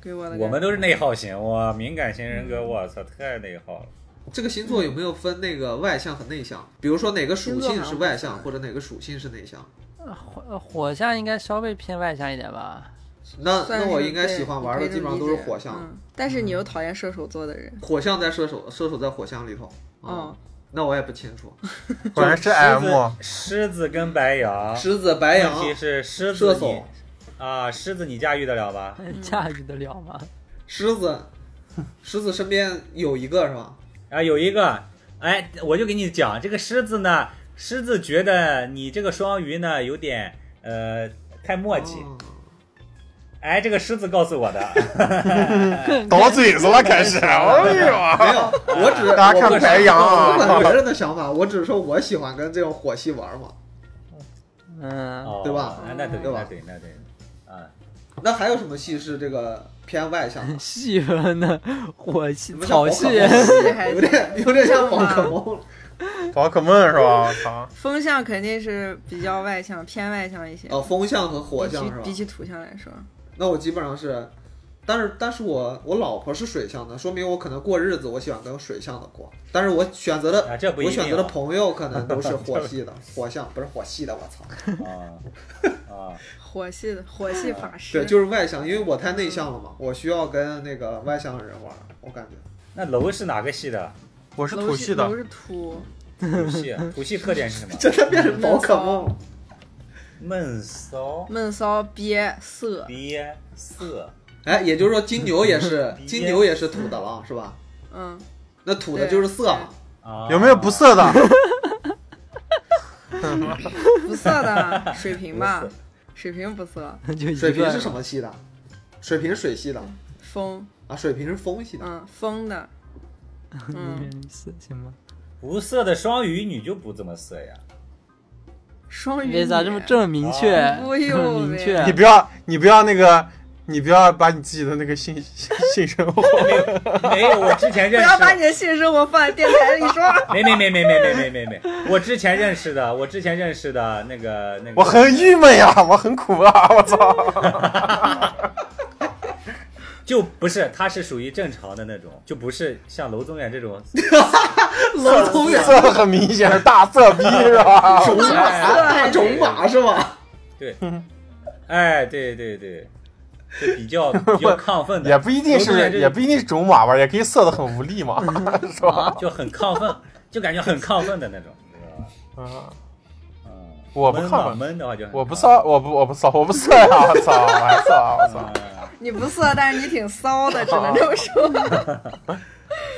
Speaker 1: 给我的感觉
Speaker 2: 我们都是内耗型，我敏感型人格，
Speaker 4: 嗯
Speaker 2: 我操，太内耗了。
Speaker 3: 这个星座有没有分那个外向和内向？比如说哪个属性是外向，或者哪个属性是内向？
Speaker 5: 火呃火象应该稍微偏外向一点吧？
Speaker 3: 那
Speaker 1: 算
Speaker 3: 那
Speaker 1: 是
Speaker 3: 我应该
Speaker 1: 对
Speaker 3: 喜欢玩
Speaker 1: 可
Speaker 3: 的
Speaker 1: 以这
Speaker 3: 基
Speaker 1: 么
Speaker 3: 本上都是
Speaker 1: 理解嗯
Speaker 3: 火象，
Speaker 1: 嗯但是你又讨厌射手座的人，
Speaker 3: 火象在射手，射手在火象里头。啊
Speaker 1: 嗯，
Speaker 3: 那我也不清楚。
Speaker 4: 果然是 M，
Speaker 2: 狮子跟白羊，
Speaker 3: 狮子、白羊、
Speaker 2: 问题是狮子
Speaker 3: 射
Speaker 2: 你
Speaker 3: 手、
Speaker 2: 啊，狮子你驾驭得了吧？
Speaker 5: (laughs) 驾驭得了吗？
Speaker 3: 狮子，狮子身边有一个是吧？
Speaker 2: 啊，有一个，哎，我就给你讲，这个狮子呢，狮子觉得你这个双鱼呢有点呃太墨迹，
Speaker 3: 哦
Speaker 2: 哎，这个狮子告诉我
Speaker 3: (laughs)
Speaker 2: 的，
Speaker 4: 倒嘴子了，开 (laughs) 始，哎
Speaker 3: 没有，我只
Speaker 4: (laughs) 大家看
Speaker 3: 我不是
Speaker 4: 白羊啊
Speaker 3: 我不管别人的想法，我只是说我喜欢跟这种火系玩嘛。
Speaker 5: 嗯，
Speaker 2: 哦
Speaker 3: 对吧
Speaker 2: 啊那对，
Speaker 3: 对吧
Speaker 2: 那对，那对，啊，
Speaker 3: 那还有什么系是这个偏外向的？
Speaker 5: 细分的火系
Speaker 3: 你、们像
Speaker 5: 草
Speaker 3: 宝
Speaker 5: 系
Speaker 3: 可， (laughs)
Speaker 1: 这哦还
Speaker 3: 梦有点有点像宝可梦了。
Speaker 4: 呦，宝可梦是吧？我操，
Speaker 1: 风向肯定是比较外向，偏外向一些。
Speaker 3: 哦，风象和火
Speaker 1: 比
Speaker 3: 象
Speaker 1: 起
Speaker 3: 是吧
Speaker 1: 比？起土象来说，
Speaker 3: 那我基本上是，但是但是我我老婆是水象的，说明我可能过日子我喜欢跟水象的过，但是我选择的、
Speaker 2: 啊这不一
Speaker 3: 我
Speaker 2: 定
Speaker 3: 选择的
Speaker 2: 啊
Speaker 3: 朋友可能都是
Speaker 2: (laughs)
Speaker 3: 火系的，火象不是火系的，我操，
Speaker 2: 啊啊，
Speaker 1: 火系的火系法师，
Speaker 3: 对，就是外向，因为我太内向了嘛，我需要跟那个外向的人玩，我感觉。
Speaker 2: 那楼是哪个系的？
Speaker 4: 我是土系的
Speaker 1: 都，是土，
Speaker 2: 土系，
Speaker 3: (laughs)
Speaker 2: 土系特点是什么？
Speaker 3: 真的变成宝可梦
Speaker 1: 嗯
Speaker 3: 了，
Speaker 2: 闷骚、
Speaker 1: 闷骚憋色，
Speaker 2: 憋、色，
Speaker 3: 哎，也就是说金牛
Speaker 2: (laughs)
Speaker 3: 也是
Speaker 2: 鼻
Speaker 3: 金牛也是土的了，是吧？
Speaker 1: 嗯，
Speaker 3: 那土的就是色嘛，
Speaker 2: 啊，
Speaker 4: 有没有不？色 (laughs) 的？
Speaker 1: 不色的水瓶吧，水瓶不色，
Speaker 5: (laughs) 就一
Speaker 3: 水瓶
Speaker 5: 个
Speaker 3: 是什么系的？水瓶是水系的
Speaker 1: 风，
Speaker 3: 啊，水瓶是风 (laughs) 系的。
Speaker 1: 嗯，风的，
Speaker 5: (laughs)
Speaker 1: 嗯，
Speaker 5: 嗯是行吗？
Speaker 2: 不色的双鱼女就不怎么色呀。
Speaker 1: 双鱼
Speaker 5: 为
Speaker 1: 女
Speaker 5: 啥这么这么明确？
Speaker 1: 嗯啊
Speaker 5: (laughs)
Speaker 1: 哎
Speaker 5: 这
Speaker 1: 呦
Speaker 5: 么
Speaker 1: 喂
Speaker 5: 明确？
Speaker 4: 你不要，你不要那个，你不要把你自己的那个 (laughs) 性性性生活，
Speaker 2: 没有，我之前
Speaker 1: 不
Speaker 2: 认识
Speaker 1: 要把你的性生活放在电台里说， (laughs)
Speaker 2: (laughs) 没没没没没没没没没，我之前认识的，我之前认识的那个那个，
Speaker 4: 我很郁闷呀，我很苦啊，我操！
Speaker 2: 就不是，他是属于正常的那种，就不是像娄宗远这种，
Speaker 3: 楼宗远
Speaker 4: 色很明显是大色逼是吧？ (laughs)
Speaker 3: 种马，
Speaker 2: 哎
Speaker 3: 大种马是吧？
Speaker 2: 对，哎，对对对，就比
Speaker 4: (laughs)
Speaker 2: 较比较亢奋的，
Speaker 4: 也不一定
Speaker 2: 娄宗远
Speaker 4: 是，
Speaker 2: 这
Speaker 4: 也不一定是种马吧，也可以色的很无力嘛， (laughs) 是吧？
Speaker 2: 就很亢奋，就感觉很亢奋的那种，你知道吧？
Speaker 4: 嗯，
Speaker 2: 嗯，
Speaker 4: 我不
Speaker 2: 闷
Speaker 4: 亢
Speaker 2: 嘛
Speaker 4: 奋
Speaker 2: 闷的话就很
Speaker 4: 我不
Speaker 2: 亢
Speaker 4: 骚，我不，我不骚，我不色呀，我操，我还色啊，我操
Speaker 2: 奋，！嗯
Speaker 1: 你不色，但是你挺骚的，只能这么说。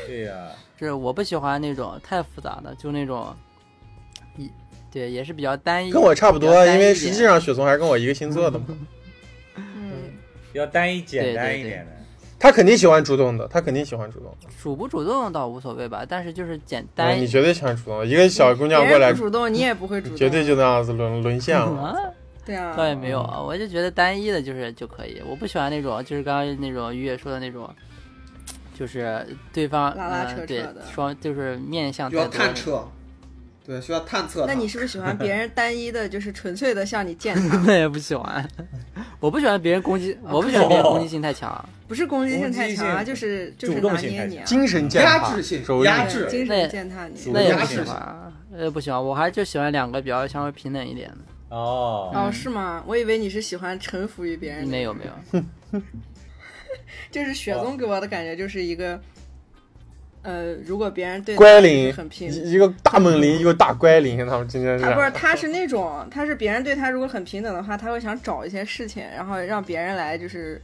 Speaker 2: 对呀、
Speaker 5: 就是我不喜欢那种太复杂的，就那种一对也是比较单一，
Speaker 4: 跟我差不
Speaker 5: 比较
Speaker 4: 多，
Speaker 5: 单
Speaker 4: 因
Speaker 5: 一一点
Speaker 4: 为实际上雪松还是跟我一个星座的嘛，
Speaker 1: 嗯，
Speaker 2: 要单一简
Speaker 5: 对
Speaker 2: 单
Speaker 5: 对
Speaker 2: 一
Speaker 5: 对
Speaker 2: 点的。
Speaker 4: 他肯定喜欢主动的，他肯定喜欢主动的，
Speaker 5: 主不主动倒无所谓吧，但是就是简单
Speaker 4: 嗯你绝对喜欢主动的，一个小姑娘过
Speaker 1: 别
Speaker 4: 来
Speaker 1: 人不，主动，你也
Speaker 4: (laughs)
Speaker 1: 不会主动，
Speaker 4: 绝对就那样子沦沦陷了。
Speaker 5: (laughs) 啊，
Speaker 1: 对啊，
Speaker 5: 倒也没有啊，我就觉得单一的就是就可以，我不喜欢那种就是刚刚那种于野说的那种，就是对方
Speaker 1: 拉拉
Speaker 5: 嗯
Speaker 1: 扯扯
Speaker 5: 对
Speaker 1: 的
Speaker 5: 双就是面向
Speaker 3: 需要
Speaker 5: 太多
Speaker 3: 探
Speaker 5: 那种
Speaker 3: 测，对，需要探测
Speaker 1: 那
Speaker 3: 它。
Speaker 1: 你是不是喜欢别人单一的，就是纯粹的向你践踏？
Speaker 5: (laughs) 那也不喜欢，我不喜欢别人攻
Speaker 1: 啊
Speaker 5: 击，我不喜欢别人攻击性太强，
Speaker 1: 不是攻击性太强啊，
Speaker 2: 攻击性
Speaker 1: 就是就是
Speaker 2: 主动
Speaker 1: 拿
Speaker 2: 性
Speaker 1: 捏
Speaker 2: 太
Speaker 1: 你啊，
Speaker 2: 强
Speaker 4: 精神践
Speaker 3: 压
Speaker 4: 踏
Speaker 3: 制性，
Speaker 4: 柔
Speaker 3: 压
Speaker 4: 韧，
Speaker 1: 对
Speaker 3: 制
Speaker 1: 精
Speaker 5: 那
Speaker 1: 神践踏你。啊
Speaker 5: 那也不
Speaker 3: 压
Speaker 5: 喜
Speaker 3: 制
Speaker 5: 欢，呃不喜欢，我还是就喜欢两个比较稍微平等一点的，
Speaker 2: 哦，
Speaker 1: 哦，是吗？我以为你是喜欢臣服于别人的。
Speaker 5: 没有没有， (laughs)
Speaker 1: 就是雪宗给我的感觉就是一个，呃，如果别人对他
Speaker 4: 乖灵
Speaker 1: 很，平，
Speaker 4: 一一个大猛灵，一个大乖灵，他们今天是
Speaker 1: 啊，不是，他是那种，他是别人对他如果很平等的话，他会想找一些事情，然后让别人来就是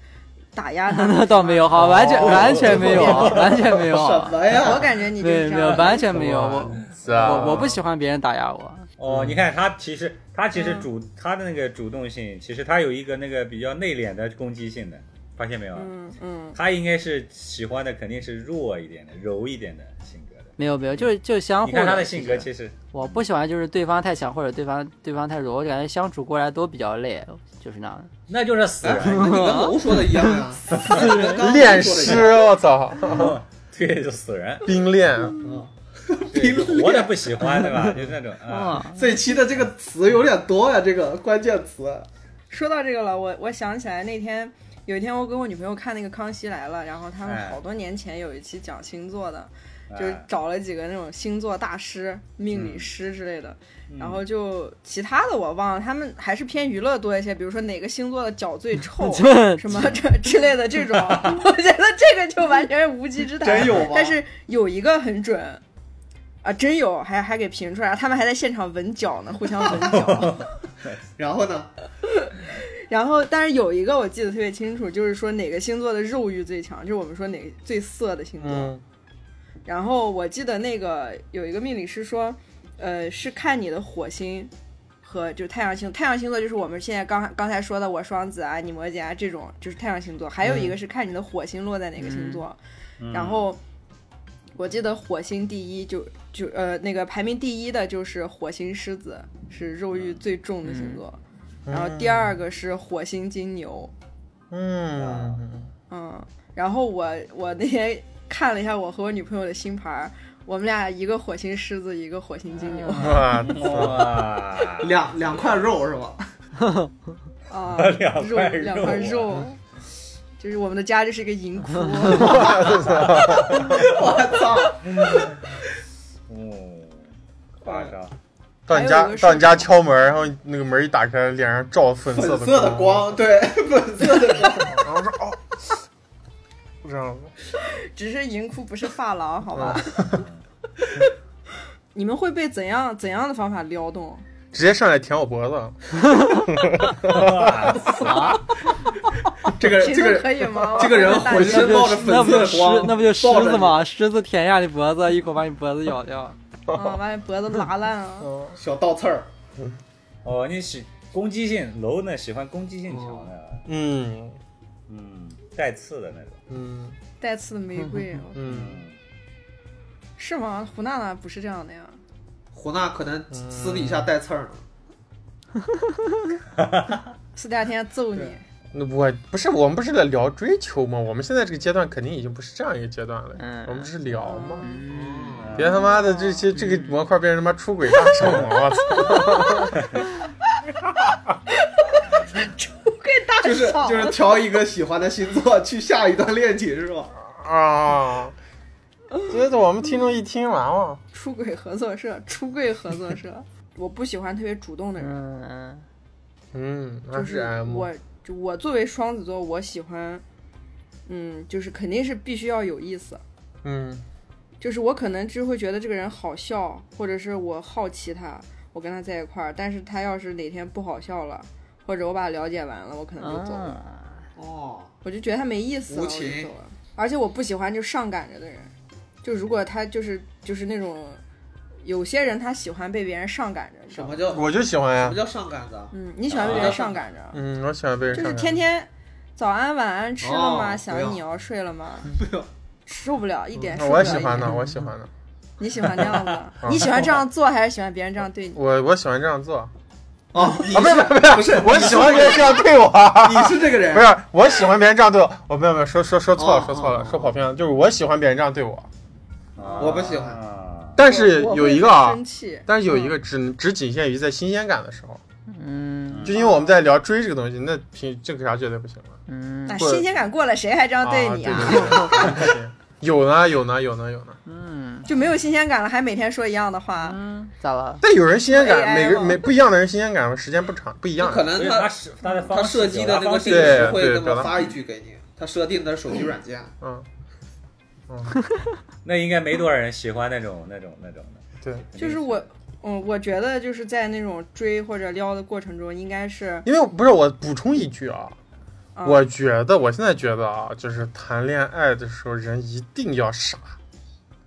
Speaker 1: 打压他。
Speaker 5: 那 (laughs) 倒没有，好，完全
Speaker 2: 哦
Speaker 5: 完全没有，完全没有，
Speaker 3: 什么
Speaker 1: 我
Speaker 3: 呀？
Speaker 1: 感觉你就是这
Speaker 5: 对，没有，
Speaker 1: 样。
Speaker 5: 完全没有，我
Speaker 4: 是啊，
Speaker 5: 我我不喜欢别人打压我，
Speaker 2: 哦，你看他其实他其实
Speaker 1: 嗯
Speaker 2: 主、他的那个主动性，其实他有一个那个比较内敛的攻击性的，发现没有？
Speaker 1: 嗯嗯，
Speaker 2: 他应该是喜欢的肯定是弱一点的、柔一点的性格的。
Speaker 5: 没有没有，就是就相
Speaker 2: 你
Speaker 5: 互
Speaker 2: 看他的
Speaker 5: 的
Speaker 2: 性
Speaker 5: 其
Speaker 2: 格
Speaker 5: 实
Speaker 2: 其实
Speaker 5: 我不喜欢就是对方太强或者对方对方太弱，我感觉相处过来都比较累，就是那样的。
Speaker 2: 那就是死
Speaker 3: 哎，
Speaker 2: 人，
Speaker 3: 那你跟楼说的一样 (laughs) 呀，那你跟刚刚
Speaker 4: 恋
Speaker 3: 说的一
Speaker 4: 尸，
Speaker 3: 样。
Speaker 4: 我操，
Speaker 2: 对，就死人，
Speaker 4: 冰恋，
Speaker 3: 嗯
Speaker 2: 对就活的不喜欢，对吧？就是那种
Speaker 5: (laughs)
Speaker 2: 啊，
Speaker 5: 嗯，，
Speaker 3: 这期的这个词有点多呀，这个关键词。
Speaker 1: 说到这个了，我我想起来那天有一天我跟我女朋友看那个《康熙来了》，然后他们
Speaker 2: 哎
Speaker 1: 好多年前有一期讲星座的，
Speaker 2: 啊
Speaker 3: 哎
Speaker 1: 就是找了几个那种星座大师、命理师之类的，
Speaker 2: 嗯
Speaker 1: 然后就其他的我忘了，他们还是偏娱乐多一些，比如说哪个星座的脚最臭
Speaker 5: (laughs) 这
Speaker 1: 什么这之类的这种， (laughs) 我觉得这个就完全是无稽之谈。
Speaker 3: 真有吗
Speaker 1: 但是有一个很准，啊，真有，还还给评出来，他们还在现场闻脚呢，互相闻脚。
Speaker 3: 然后呢？
Speaker 1: 然后，但是有一个我记得特别清楚，就是说哪个星座的肉欲最强，就是我们说哪个最色的星座。
Speaker 4: 嗯，
Speaker 1: 然后我记得那个有一个命理师说，呃，是看你的火星和就是太阳星，太阳星座就是我们现在刚刚才说的我双子啊、你摩羯啊这种，就是太阳星座。还有一个是看你的火星落在哪个星座。
Speaker 2: 嗯
Speaker 1: 然后我记得火星第一就就呃那个排名第一的就是火星狮子，是肉欲最重的星座。
Speaker 2: 嗯
Speaker 1: 然后第二个是火星金牛，
Speaker 4: 嗯，嗯，
Speaker 1: 嗯，然后我我那天看了一下我和我女朋友的星盘儿，我们俩一个火星狮子，一个火星金牛
Speaker 2: 嗯
Speaker 5: 啊
Speaker 4: 哇，
Speaker 2: 哇，
Speaker 3: 两两块肉是吧？ (laughs)
Speaker 1: 啊，
Speaker 2: 两
Speaker 1: 肉
Speaker 2: 块
Speaker 1: 两
Speaker 2: 肉
Speaker 1: 块
Speaker 2: 啊
Speaker 1: 肉，就是我们的家就是一个银窟，
Speaker 3: 我操！
Speaker 2: 嗯，夸张，
Speaker 4: 到你
Speaker 1: 还有一
Speaker 4: 家
Speaker 1: 个是
Speaker 4: 到你家敲门，然后那个门一打开，脸上照粉
Speaker 3: 粉
Speaker 4: 色
Speaker 3: 色的光，对，粉色的光。
Speaker 4: 然后我说哦，不知道了，
Speaker 1: (laughs) 只是银窟不是发廊，好吧？
Speaker 2: 嗯
Speaker 1: (laughs) 你们会被怎样怎样的方法撩动？
Speaker 4: 直接上来舔我脖子，
Speaker 3: 这个
Speaker 1: 这
Speaker 3: 这
Speaker 1: 个
Speaker 3: 个
Speaker 1: 可以吗？
Speaker 3: 这个人
Speaker 1: 我
Speaker 3: 浑身冒着
Speaker 5: 那
Speaker 3: 粉
Speaker 5: 不
Speaker 3: 色
Speaker 5: 就
Speaker 3: 的
Speaker 5: 狮
Speaker 3: 光，
Speaker 5: 那不就狮
Speaker 3: 抱着
Speaker 5: 子
Speaker 3: 你？
Speaker 5: 吗？狮子舔一下你脖子，一口把你脖子咬掉。
Speaker 1: 啊，把你脖子拉烂
Speaker 3: 嗯
Speaker 1: 啊！
Speaker 3: 小倒刺儿，
Speaker 2: 哦，你喜攻击性楼呢，喜欢攻击性强的，
Speaker 4: (laughs) 嗯
Speaker 2: 嗯，带刺的那种，
Speaker 4: 嗯
Speaker 1: 带刺的玫瑰哦
Speaker 2: 嗯，
Speaker 4: 嗯，
Speaker 1: 是吗？胡娜娜不是这样的呀。
Speaker 3: 胡娜可能私底下带刺儿呢。
Speaker 1: 四大天揍你，
Speaker 4: 那我不是我们不是在聊追求吗？我们现在这个阶段肯定已经不是这样一个阶段了，
Speaker 5: 嗯
Speaker 4: 我们只是聊嘛。
Speaker 5: 嗯，
Speaker 4: 别他妈的这些
Speaker 1: 嗯
Speaker 4: 这个模块变成他妈出轨大圣
Speaker 1: (laughs)
Speaker 4: 了，我操！
Speaker 1: 给嗯大嫂
Speaker 3: 就是就是挑一个喜欢的星座去下一段恋情是吧？
Speaker 4: 啊！所以我们听众一听完了，
Speaker 1: 出轨合作社，出柜合作社。我不喜欢特别主动的人，
Speaker 5: 嗯
Speaker 4: 嗯，那
Speaker 1: 就是是
Speaker 4: M，
Speaker 1: 我就我作为双子座，我喜欢，嗯，就是肯定是必须要有意思。
Speaker 4: 嗯
Speaker 1: 就是我可能就会觉得这个人好笑，或者是我好奇他，我跟他在一块儿。但是他要是哪天不好笑了，或者我把他了解完了，
Speaker 5: 嗯
Speaker 1: 我可能就走了，
Speaker 5: 啊，
Speaker 3: 哦，
Speaker 1: 我就觉得他没意思了，
Speaker 3: 无
Speaker 1: 我就
Speaker 3: 情
Speaker 1: 走了。而且我不喜欢就上赶着的人，就如果他就是就是那种，有些人他喜欢被别人上赶着，你知
Speaker 3: 什
Speaker 1: 道吗
Speaker 3: 么？叫
Speaker 4: 我就喜欢
Speaker 3: 什
Speaker 4: 呀
Speaker 3: 么，叫上杆子啊？
Speaker 1: 嗯，你喜欢被别人上赶着，
Speaker 4: 嗯，我喜欢被人
Speaker 1: 就是
Speaker 4: 上
Speaker 1: 天
Speaker 4: 来
Speaker 1: 天早安晚安吃了吗？
Speaker 3: 哦不要
Speaker 1: 想你要睡了吗？
Speaker 3: 不要
Speaker 1: 受不了一点，受
Speaker 4: 嗯
Speaker 1: 不
Speaker 4: 我
Speaker 1: 了
Speaker 4: 也
Speaker 1: 一
Speaker 4: 喜欢
Speaker 1: 点
Speaker 4: 呢，我喜欢呢，
Speaker 1: 你喜欢这样子？你喜欢这样做还是喜欢别人这样对你？
Speaker 4: 我我喜欢这样做啊，啊
Speaker 3: 哦，
Speaker 4: 不是不是不是，我喜欢别人这样对我，
Speaker 3: 你是这个人
Speaker 4: 不是我喜欢别人这样对我，我没有没有说说说错了
Speaker 3: 哦
Speaker 4: 说错
Speaker 3: 哦
Speaker 4: 了说跑偏了，就是我喜欢别人这样对我，
Speaker 3: 我不喜欢
Speaker 2: 欢，
Speaker 4: 但是有一个
Speaker 1: 我会
Speaker 4: 啊
Speaker 1: 生，气，
Speaker 4: 但是有一个只只仅限于在新鲜感的时候，
Speaker 5: 嗯
Speaker 4: 就因为我们在聊追这个东西，那凭这个啥绝对不行了。
Speaker 5: 嗯
Speaker 1: 那
Speaker 4: 会
Speaker 1: 哎新鲜感过了，谁还这样对你啊？
Speaker 4: 啊对
Speaker 1: (laughs)
Speaker 4: 对对有呢，有呢，有呢，有呢。
Speaker 5: 嗯
Speaker 1: 就没有新鲜感了，还每天说一样的话，
Speaker 5: 嗯，咋了？
Speaker 4: 但有人新鲜
Speaker 1: AI
Speaker 4: 感，每个
Speaker 1: 吗
Speaker 4: 每不一样的人新鲜感时间不长，不一样
Speaker 3: 可
Speaker 4: 的。
Speaker 2: 所
Speaker 3: 能
Speaker 2: 以
Speaker 3: 他
Speaker 2: 他是他的方
Speaker 3: 他
Speaker 2: 式
Speaker 3: 设计的那
Speaker 2: 表达方
Speaker 3: 个定
Speaker 2: 式
Speaker 4: 对
Speaker 3: 时会
Speaker 4: 对
Speaker 3: 这
Speaker 4: 表
Speaker 3: 么
Speaker 4: 达
Speaker 3: 发一句给你，他设定的手机软件。
Speaker 4: 嗯，
Speaker 2: 那应该没多少人喜欢那种那种那种的，
Speaker 4: 对，
Speaker 1: 就是我，嗯，我觉得就是在那种追或者撩的过程中，应该是，
Speaker 4: 因为不是我补充一句啊，
Speaker 1: 嗯
Speaker 4: 我觉得我现在觉得啊，就是谈恋爱的时候人一定要傻，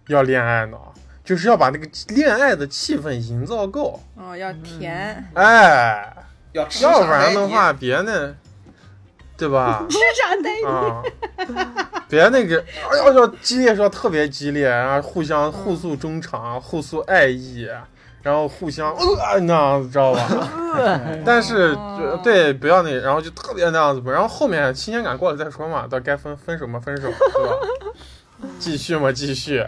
Speaker 4: 要恋爱脑，就是要把那个恋爱的气氛营造够。
Speaker 1: 嗯，要甜， (laughs)
Speaker 4: 哎，
Speaker 3: 要吃
Speaker 4: 要
Speaker 3: 啥
Speaker 4: 不然
Speaker 3: 白
Speaker 4: 的话，别那，对吧？
Speaker 1: 吃啥带你？
Speaker 4: 啊，别那个，哎呦，要激烈是要特别激烈，然后互相互诉衷肠，互诉爱意，然后互相呃那样子，知道吧？但是就对，不要那个，然后就特别那样子吧。然后后面新鲜感过了再说嘛，到该分分手嘛，分手，对吧？继续嘛，继续。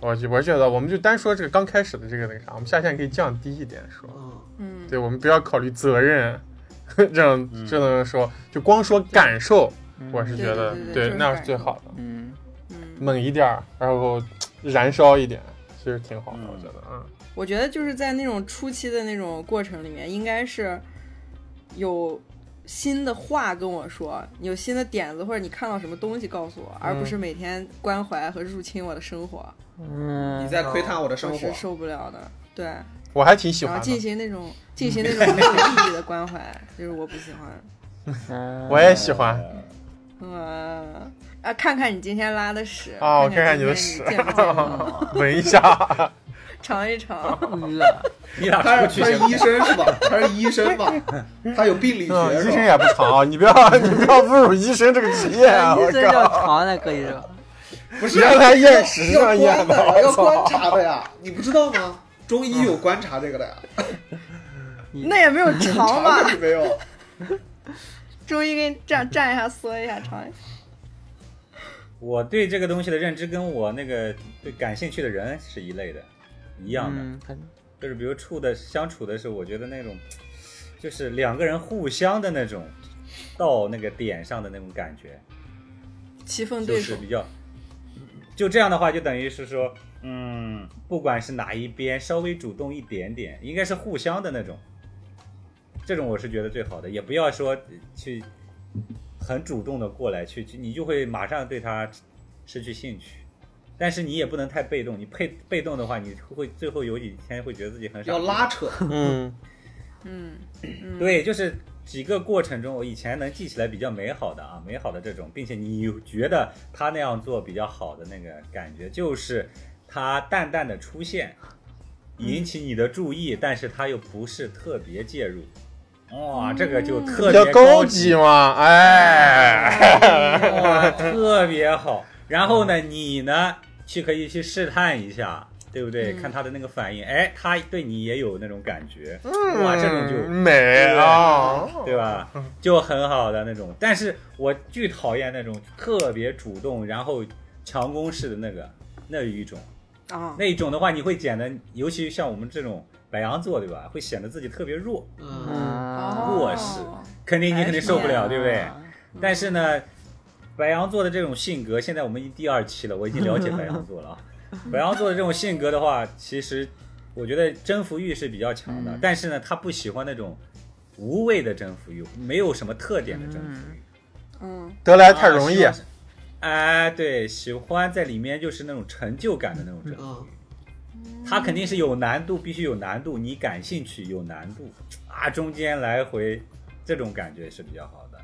Speaker 4: 我就我觉得，我们就单说这个刚开始的这个那个啥，我们下限可以降低一点说
Speaker 3: 眼。嗯，
Speaker 1: 嗯，
Speaker 4: 对，我们不要考虑责任， (laughs) 这样这种说，就光说感受，我是觉得
Speaker 1: 对对对就是
Speaker 4: 那样是
Speaker 1: 感
Speaker 4: 最
Speaker 1: 受
Speaker 4: 好的。
Speaker 5: 嗯
Speaker 1: 嗯，
Speaker 4: 猛一点儿，然后燃烧一点，其实挺好的，
Speaker 2: 嗯
Speaker 4: 我觉得，嗯
Speaker 1: 我觉得就是在那种初期的那种过程里面，应该是有新的话跟我说，有新的点子或者你看到什么东西告诉我，而不是每天关怀和入侵我的生活，
Speaker 5: 嗯，
Speaker 3: 你在窥探我的生
Speaker 1: 我
Speaker 3: 活
Speaker 1: 是，受不了的。对，
Speaker 4: 我还挺喜
Speaker 1: 然后
Speaker 4: 欢
Speaker 1: 进
Speaker 4: 的，
Speaker 1: 行那种进行那
Speaker 4: (laughs)
Speaker 1: 种没有意义的关怀，就是我不喜欢。
Speaker 5: 嗯
Speaker 4: 我也喜欢。
Speaker 2: 呃
Speaker 1: 嗯啊，看看你今天拉的屎
Speaker 4: 哦，我看
Speaker 1: 看
Speaker 4: 看
Speaker 1: 你
Speaker 4: 你的
Speaker 1: 今
Speaker 4: 屎，
Speaker 1: 天你健不健康
Speaker 4: (laughs) 闻一下。
Speaker 1: 尝一尝。
Speaker 4: (laughs)
Speaker 5: 嗯
Speaker 2: 你俩
Speaker 3: 他
Speaker 2: 出
Speaker 3: 是
Speaker 2: 去先
Speaker 3: 他是医生是吧？他是医生吧？他有病理
Speaker 4: 嗯，
Speaker 3: 学是
Speaker 4: 医生
Speaker 3: 吧？
Speaker 4: 也不长啊，你不要 (laughs) 你不要侮辱医生这个职业啊！我
Speaker 5: 医生要
Speaker 4: 靠，
Speaker 5: 长的可以说，
Speaker 3: 不是，
Speaker 4: 原来验
Speaker 3: 要
Speaker 4: 屎上
Speaker 3: 观
Speaker 4: 验的，
Speaker 3: 的，
Speaker 4: 我
Speaker 3: 要观
Speaker 4: 操！
Speaker 3: 察的呀，你不知道吗？中医有观察这个的呀，
Speaker 1: 那也没有尝
Speaker 3: 查
Speaker 1: 吧
Speaker 3: 的？你没有？
Speaker 1: 中医给你蘸蘸一下，嗦一下，尝一下。
Speaker 2: 我对这个东西的认知跟我那个对感兴趣的人是一类的，一样的。
Speaker 5: 嗯，可能
Speaker 2: 就是比如处的相处的时候，我觉得那种就是两个人互相的那种到那个点上的那种感觉，
Speaker 1: 棋逢
Speaker 2: 就
Speaker 1: 对
Speaker 2: 是
Speaker 1: 手，
Speaker 2: 比较。就这样的话，就等于是说，嗯，不管是哪一边稍微主动一点点，应该是互相的那种。这种我是觉得最好的，也不要说呃去很主动的过来去，去你就会马上对他失去兴趣。但是你也不能太被动，你被被动的话，你会最后有几天会觉得自己很傻。
Speaker 3: 要拉扯，
Speaker 4: 嗯，
Speaker 1: 嗯，
Speaker 2: 对，就是几个过程中，我以前能记起来比较美好的啊，美好的这种，并且你有觉得他那样做比较好的那个感觉，就是他淡淡的出现，引起你的注意，但是他又不是特别介入，哇，这个就特
Speaker 4: 比较
Speaker 2: 别
Speaker 4: 高
Speaker 2: 级
Speaker 4: 级嘛，哎，
Speaker 2: 哇，特别好。然后呢，你呢去可以去试探一下，对不对？看他的那个反应，哎，他对你也有那种感觉，哇，这种就
Speaker 4: 嗯美啊，
Speaker 2: 对吧？就很好的那种。但是我巨讨厌那种特别主动，然后强攻式的那个那一种，
Speaker 1: 啊，
Speaker 2: 那一种的话，你会显得，尤其像我们这种白羊座，对吧？会显得自己特别弱，
Speaker 3: 嗯，
Speaker 1: 哦
Speaker 5: 嗯，
Speaker 2: 弱势肯定你肯定受不了，对不对？但是呢，白羊座的这种性格，现在我们已经第二期了，我已经了解白羊座了啊。白羊座的这种性格的话，其实我觉得征服欲是比较强的，
Speaker 5: 嗯
Speaker 2: 但是呢，他不喜欢那种无谓的征服欲，没有什么特点的征服欲。
Speaker 1: 嗯
Speaker 4: 得来太容易
Speaker 2: 啊。希望哎，对，喜欢在里面就是那种成就感的那种征服
Speaker 3: 嗯
Speaker 2: 它肯定是有难度，必须有难度，你感兴趣有难度啊，中间来回这种感觉是比较好的，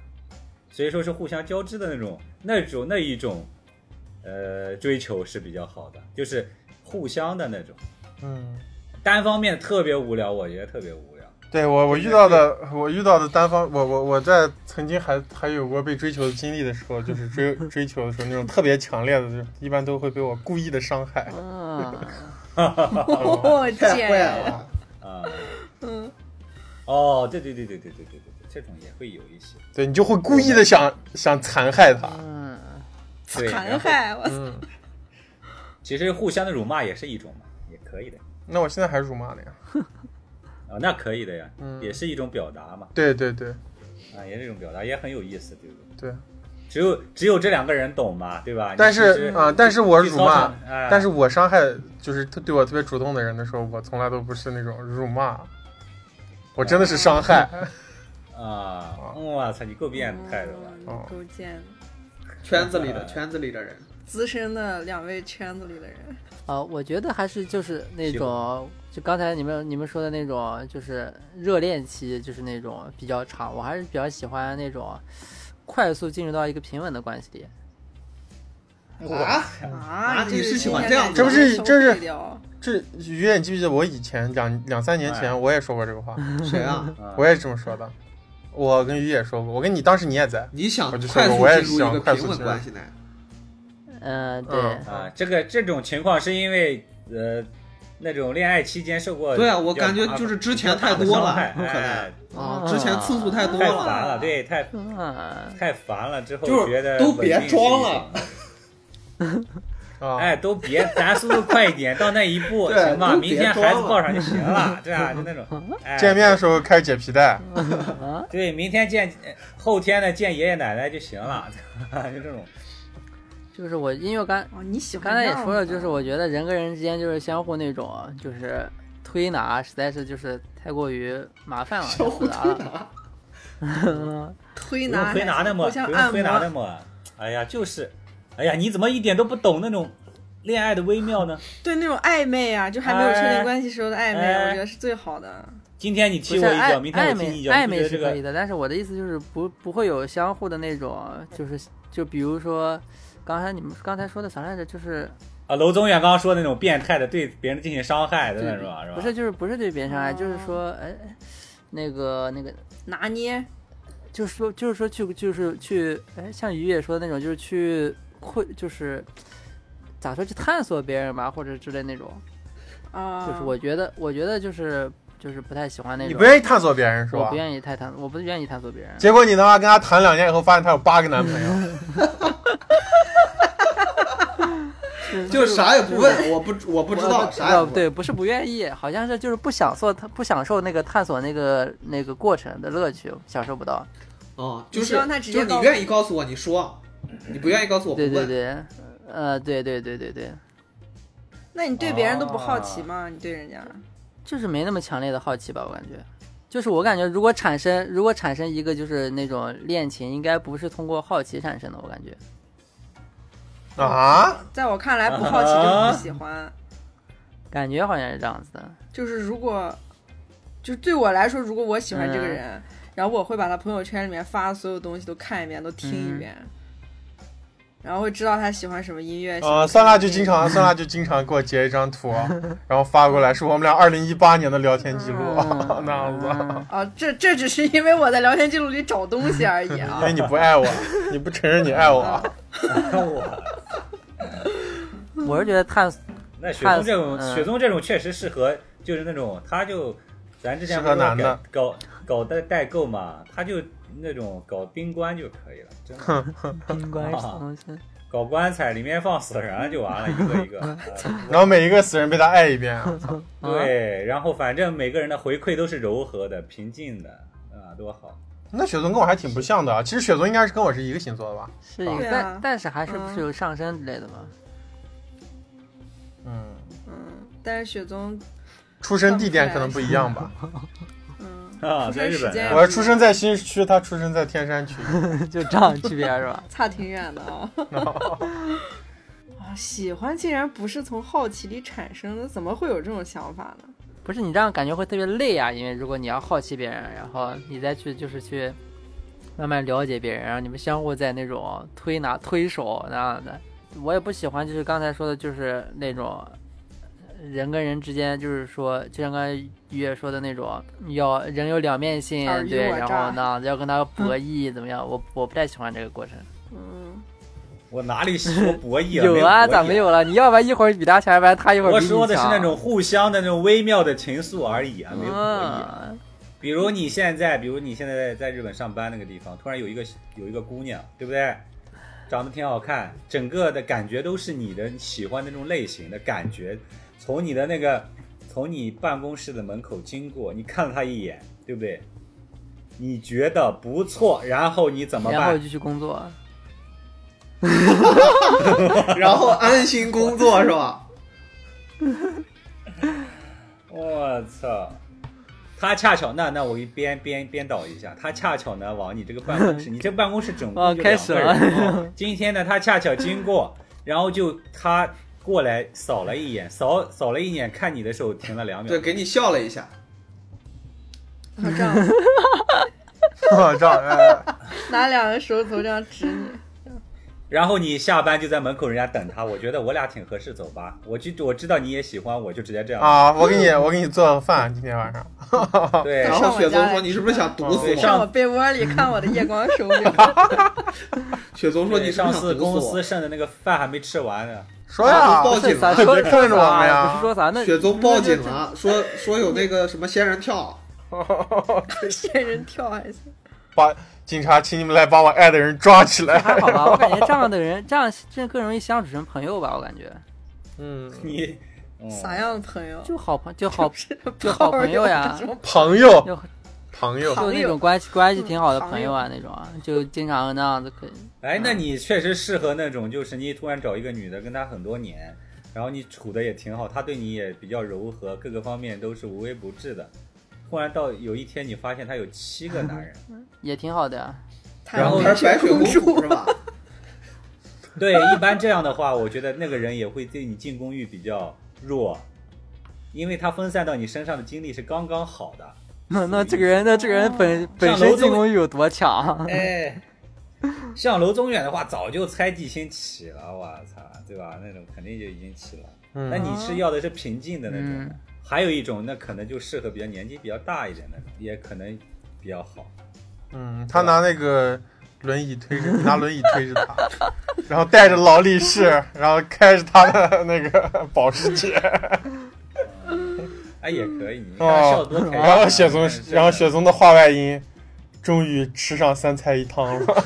Speaker 2: 所以说是互相交织的那种那种那一种，呃，追求是比较好的，就是互相的那种，
Speaker 4: 嗯，
Speaker 2: 单方面特别无聊，我觉得特别无聊。
Speaker 4: 对我我遇到的我遇到的单方，我我我在曾经还还有过被追求的经历的时候，就是追
Speaker 2: (laughs)
Speaker 4: 追求的时候那种特别强烈的，就是一般都会被我故意的伤害。
Speaker 5: 嗯，
Speaker 1: 我
Speaker 3: 太坏
Speaker 1: 见
Speaker 3: (laughs) 了，
Speaker 2: 啊、
Speaker 1: 嗯，
Speaker 2: 哦，对对对对对对对对对，这种也会有一些，
Speaker 4: 对你就会故意的想想残害
Speaker 2: (laughs)
Speaker 4: 他。
Speaker 5: 嗯，
Speaker 2: 对，
Speaker 1: 残
Speaker 2: 然后
Speaker 1: 害我，
Speaker 4: 嗯，
Speaker 2: 其实互相的辱骂也是一种嘛，也可以的
Speaker 4: 那我现在还辱骂的呀。
Speaker 2: 啊，那可以的呀，
Speaker 4: 嗯
Speaker 2: 也是一种表达嘛，
Speaker 4: 对对对
Speaker 2: 啊，也是一种表达，也很有意思，对不对？
Speaker 4: 对，
Speaker 2: 只有只有这两个人懂嘛，对吧？
Speaker 4: 但
Speaker 2: 你其
Speaker 4: 是
Speaker 2: 实
Speaker 4: 啊、但是我辱骂，
Speaker 2: 哎
Speaker 4: 但是我伤害就是特对我特别主动的人的时候，我从来都不是那种辱骂，我真的是伤害。
Speaker 2: 嗯啊，我操，你够变态的吧？
Speaker 1: 嗯
Speaker 4: 哦
Speaker 1: 够贱的，
Speaker 3: 圈子里的圈子里的人，
Speaker 1: 资深的两位圈子里的人，
Speaker 5: 呃，我觉得还是就是那
Speaker 2: 喜
Speaker 5: 种，就刚才你们你们说的那种，就是热恋期，就是那种比较长，我还是比较喜欢那种快速进入到一个平稳的关系里。
Speaker 3: 啊，
Speaker 1: 啊
Speaker 3: 你是喜欢这样子
Speaker 4: 这不是这是
Speaker 1: 聊
Speaker 4: (laughs) 这于远，你记不记得我以前两两三年
Speaker 2: 哎
Speaker 4: 前我也说过这个话，
Speaker 3: (laughs) 谁啊？
Speaker 4: 我也是这么说的。我跟于也说过，我跟你当时你也在，
Speaker 3: 你想
Speaker 4: 我就说
Speaker 3: 快速
Speaker 4: 我也
Speaker 3: 进入一
Speaker 4: 想
Speaker 3: 个
Speaker 4: 快
Speaker 3: 平
Speaker 4: 速
Speaker 3: 稳
Speaker 4: 进入
Speaker 3: 关系呢？
Speaker 5: 嗯，对，
Speaker 4: 嗯
Speaker 2: 啊，这个这种情况是因为呃，那种恋爱期间受过
Speaker 3: 对啊，我
Speaker 2: 比较
Speaker 3: 感觉
Speaker 2: 麻
Speaker 3: 就是之前
Speaker 2: 大
Speaker 3: 太
Speaker 2: 的
Speaker 3: 多
Speaker 2: 伤
Speaker 3: 了，
Speaker 2: 害
Speaker 3: 很可能
Speaker 2: 哎
Speaker 3: 啊，之前次数太多
Speaker 2: 太烦
Speaker 3: 了，
Speaker 2: 了，对，太
Speaker 5: 嗯，
Speaker 2: 太烦了，之后
Speaker 3: 就是
Speaker 2: 觉得
Speaker 3: 都别
Speaker 2: 稳定是
Speaker 3: 装
Speaker 2: 一
Speaker 3: 了
Speaker 2: 种，
Speaker 4: 啊，
Speaker 2: 哎，都别，咱速度快一点，到那一步
Speaker 3: 对
Speaker 2: 行吧？
Speaker 3: 都
Speaker 2: 明
Speaker 3: 别
Speaker 2: 天孩
Speaker 3: 装
Speaker 2: 子
Speaker 3: 了
Speaker 2: 抱上就行了，对吧？就那
Speaker 5: (laughs)
Speaker 2: 种，哎，
Speaker 4: 见面的时候开始解皮带，
Speaker 5: 嗯
Speaker 2: 对，明天见，呃后天呢见爷爷奶奶就行了， (laughs) 就这种。
Speaker 5: 就是我，因为刚
Speaker 1: 哦，你喜欢
Speaker 5: 刚才也
Speaker 1: 这样
Speaker 5: 说了，
Speaker 1: 子
Speaker 5: 就是我觉得人跟人之间就是相互那种啊就是推拿，实在是就是太过于麻烦了，相互推拿。
Speaker 1: 推
Speaker 5: (laughs)
Speaker 2: 不
Speaker 1: 拿
Speaker 2: 用推拿的抹，
Speaker 1: 嘛，互
Speaker 2: 不
Speaker 1: 相
Speaker 2: 用
Speaker 1: 按
Speaker 2: 推拿的
Speaker 1: 摩，
Speaker 2: 抹。哎呀，就是，哎呀，你怎么一点都不懂那种恋爱的微妙呢？
Speaker 1: 对那种暧昧啊，就还没有确定
Speaker 2: 哎
Speaker 1: 关系时候的暧昧，
Speaker 2: 哎
Speaker 1: 我觉得是最好的。
Speaker 2: 今天你踢
Speaker 5: 不
Speaker 2: 我
Speaker 5: 是
Speaker 2: 一脚，
Speaker 5: 暧
Speaker 2: 明天我
Speaker 5: 暧
Speaker 2: 踢你
Speaker 5: 昧
Speaker 2: 一脚，
Speaker 5: 暧
Speaker 2: 你
Speaker 5: 昧
Speaker 2: 觉得
Speaker 5: 是
Speaker 2: 这
Speaker 5: 可以
Speaker 2: 个
Speaker 5: 的，但是我的意思就是不不会有相互的那种，就是就比如说刚才你们刚才说的啥来着，就是
Speaker 2: 啊，楼宗远刚刚说的那种变态的对别人进行伤害的
Speaker 5: 对
Speaker 2: 那种啊，是吧？
Speaker 5: 不是就是不是对别人伤害，就是
Speaker 1: 哦
Speaker 5: 说哎那个那个
Speaker 1: 拿捏，
Speaker 5: 就是说，就是说去，就是去，哎，像于也说的那种，就是去扩，就是咋说去探索别人吧，或者之类那种。
Speaker 1: 啊，
Speaker 5: 就是我觉得，我觉得就是就是不太喜欢那
Speaker 4: 你
Speaker 5: 种。
Speaker 4: 不愿意探索别人是
Speaker 5: 我
Speaker 4: 吧
Speaker 5: 不？愿意太探，我不愿意探索别人。
Speaker 4: 结果你他妈跟他谈两年以后，发现他有八个男朋
Speaker 5: (laughs)
Speaker 4: 友，
Speaker 3: 就啥也不问，我不我不知道，啥也
Speaker 5: 呃
Speaker 3: 不问。
Speaker 5: 对，不是不愿意，好像是就是不享受他不享受那个探索那个那个过程的乐趣，享受不到。
Speaker 3: 啊，
Speaker 1: 你
Speaker 3: 就是
Speaker 1: 希望他直接
Speaker 3: 就是你
Speaker 1: 告诉
Speaker 3: 愿意告诉我，你说；你不愿意告诉我，不
Speaker 5: 对
Speaker 3: 问。
Speaker 5: 对 (laughs) 对，呃，对对对对对，
Speaker 1: 那你对别人都不好
Speaker 2: 啊
Speaker 1: 奇吗？你对人家，
Speaker 5: 就是没那么强烈的好奇吧，我感觉。就是我感觉，如果产生如果产生一个就是那种恋情，应该不是通过好奇产生的，我感觉。
Speaker 4: 啊？
Speaker 1: 在我看来，不好奇就是不喜
Speaker 2: (laughs)
Speaker 1: 欢。
Speaker 5: 感觉好像是这样子的，
Speaker 1: 就是如果，就是对我来说，如果我喜欢这
Speaker 2: 嗯
Speaker 1: 个人，然后我会把他朋友圈里面发的所有东西都看一遍，都听
Speaker 2: 嗯
Speaker 1: 一遍，然后会知道他喜欢什么音
Speaker 2: 啊
Speaker 1: 乐。喜欢
Speaker 4: 呃，
Speaker 1: 什
Speaker 4: 酸
Speaker 1: 么
Speaker 4: 辣
Speaker 1: 电
Speaker 4: 就
Speaker 1: 影
Speaker 4: 经常，酸辣就经常给我截一张
Speaker 5: (laughs)
Speaker 4: 图，然后发过来，是我们俩二零一八年的聊天记录，
Speaker 5: 嗯
Speaker 4: (laughs) 那样子。
Speaker 1: (laughs) 啊，这这只是因为我在聊天记录里找东西而已啊
Speaker 2: (laughs)
Speaker 4: 因为。你不爱我，你不承认你爱我
Speaker 1: 啊，
Speaker 2: 我
Speaker 5: 嗯我是觉得探索
Speaker 2: 那雪松这
Speaker 5: 嗯
Speaker 2: 种，雪松这种确实适合，就是那种他就咱之前
Speaker 4: 适
Speaker 2: 不
Speaker 4: 合
Speaker 2: 是
Speaker 4: 男
Speaker 2: 搞
Speaker 4: 的
Speaker 2: 搞搞代代购嘛，他就那种搞冰棺就可以了，真的。
Speaker 5: 冰棺是什么
Speaker 2: 啊
Speaker 5: 东西，
Speaker 2: 搞棺材里面放死人就完了，一个一个。
Speaker 5: 嗯
Speaker 2: 啊
Speaker 4: 然后每一个死人被他爱一遍，我操
Speaker 5: (laughs)
Speaker 2: 对，然后反正每个人的回馈都是柔和的、平静的，啊，多好。
Speaker 4: 那雪松跟我还挺不像的啊。其实雪松应该是跟我是一个星座的吧？
Speaker 5: 是一
Speaker 1: 对
Speaker 5: 个，
Speaker 1: 啊
Speaker 5: 但但是还是不是
Speaker 1: 嗯
Speaker 5: 有上升之类的嘛？
Speaker 4: 嗯，
Speaker 1: 嗯，但是雪宗，
Speaker 4: 出生地点可能不一样吧。
Speaker 1: 嗯，
Speaker 2: 啊，
Speaker 1: 出
Speaker 2: 在
Speaker 1: 生
Speaker 2: 日
Speaker 1: 时
Speaker 2: 本
Speaker 1: 间
Speaker 2: 啊
Speaker 4: 我出生在新区，他出生在天山区。
Speaker 5: (laughs)
Speaker 4: (laughs)
Speaker 5: 就这样区别是吧？
Speaker 1: 差挺远的啊、
Speaker 5: 哦
Speaker 2: (laughs)
Speaker 1: 啊，喜欢竟然不是从好奇里产生的，怎么会有这种想法呢？
Speaker 5: 不是你这样感觉会特别累啊，因为如果你要好奇别人，然后你再去就是去慢慢了解别人，然后你们相互在那种推拿推手那样的，我也不喜欢就是刚才说的，就是那种人跟人之间，就是说就像刚才于也说的那种，要人有两面性
Speaker 1: 尔，虞
Speaker 5: 对，
Speaker 1: 我
Speaker 5: 然
Speaker 1: 诈
Speaker 5: 后呢要跟他博弈怎么样，我我不太喜欢这个
Speaker 2: (laughs)
Speaker 5: 过程。
Speaker 1: 嗯，
Speaker 2: 我哪里说博弈了？
Speaker 5: (laughs) 有啊，咋
Speaker 2: 没
Speaker 5: 没？有了？你要不然一会儿比他强，要不然他一会儿比
Speaker 2: 我
Speaker 5: 你强。
Speaker 2: 说的是那种互相的那种微妙的情愫而已啊，没有博弈。
Speaker 5: 嗯，
Speaker 2: 比如你现在，比如你现在在在日本上班那个地方，突然有一个有一个姑娘，对不对？长得挺好看，整个的感觉都是你的喜欢的那种类型的感觉。从你的那个，从你办公室的门口经过，你看了她一眼，对不对？你觉得不错，然后你怎么
Speaker 5: 然后
Speaker 2: 办？
Speaker 5: 就去工作。
Speaker 3: 然后安心工作是吧？
Speaker 2: 我操！他恰巧那那我一编编编导一下，他恰巧呢往你这个办公
Speaker 5: (laughs)
Speaker 2: 室，你这办公室整
Speaker 5: 啊
Speaker 2: 共就
Speaker 5: 开
Speaker 2: 两
Speaker 5: 始
Speaker 2: 个人。
Speaker 5: 了 (laughs)
Speaker 2: 哦今天呢，他恰巧经过，然后就他过来扫了一眼，扫扫了一眼，看你的时候停了两秒
Speaker 3: 对，。给你笑了一下。
Speaker 1: 我这样
Speaker 5: (laughs)
Speaker 4: 我操！哎
Speaker 1: 拿两个手指头这样指你，
Speaker 2: 然后你下班就在门口人家等他，我觉得我俩挺合适，走吧。我就我知道你也喜欢我，就直接这样。
Speaker 4: 啊，我给你，我给你做个饭，今天晚上。
Speaker 2: 对，
Speaker 3: 然后雪宗说：“你是不是想毒死
Speaker 2: 对
Speaker 3: 我
Speaker 2: 上
Speaker 1: 上我被窝里
Speaker 2: 嗯
Speaker 1: 看我的夜光手表。？”
Speaker 2: (laughs)
Speaker 3: 雪宗说：“你是
Speaker 2: 上
Speaker 3: 不是想
Speaker 2: 次
Speaker 3: 毒
Speaker 2: 公
Speaker 3: 死
Speaker 2: 司剩的那个饭还没吃完呢。
Speaker 4: 说呀，
Speaker 3: 报警
Speaker 5: 咱
Speaker 3: 了
Speaker 5: 说
Speaker 4: 别看着我们呀
Speaker 5: 不是说咱
Speaker 3: 我？”
Speaker 5: 那
Speaker 3: 雪宗报警了，说说有那个什么仙人跳，
Speaker 1: 仙人跳还行，
Speaker 4: 把警察，请你们来把我爱的人抓起来。
Speaker 5: (laughs) 还好吧，我感觉这样的人，这样这更容易相处成朋友吧，我感觉
Speaker 4: 嗯，
Speaker 2: 你、嗯、
Speaker 1: 啥样的朋友？ (laughs)
Speaker 5: 就好朋就好
Speaker 1: 是
Speaker 5: 就好朋友呀
Speaker 1: 这种
Speaker 4: 朋友，
Speaker 5: 就
Speaker 4: 朋友，
Speaker 5: 就那种关系关系挺好的朋友啊，那种啊，就经常那样子可以。
Speaker 2: 哎，那你确实适合那种，就是你突然找一个女的，跟她很多年，然后你处的也挺好，她对你也比较柔和，各个方面都是无微不至的，忽然到有一天你发现他有七个男人，
Speaker 5: 也挺好的呀、
Speaker 1: 太
Speaker 3: 然后
Speaker 1: 阳
Speaker 3: 还
Speaker 1: 白
Speaker 3: 是白雪
Speaker 1: 公
Speaker 3: 公
Speaker 1: (laughs)
Speaker 3: 主是吧？
Speaker 2: 对，一般这样的话，我觉得那个人也会对你进攻欲比较弱，因为他分散到你身上的精力是刚刚好的。
Speaker 5: 那那这个人，那这个人本本身进攻欲有多强？ (laughs)
Speaker 2: 哎，像楼宗远的话，早就猜忌心起了，我操，对吧？那种肯定就已经起了。
Speaker 4: 嗯
Speaker 2: 那哎你是要的是平静的那种，
Speaker 5: 嗯
Speaker 2: 还有一种那可能就适合比较年纪比较大一点的，也可能比较好。
Speaker 4: 嗯，他拿那个轮椅推着，你拿轮椅推着他，然后带着劳力士，然后开着他的那个保时捷，
Speaker 2: 哎，也可以，你看他笑得多开心啊、
Speaker 4: 哦然后雪松
Speaker 2: 但是，
Speaker 4: 然后雪松的话外音，终于吃上三菜一汤了。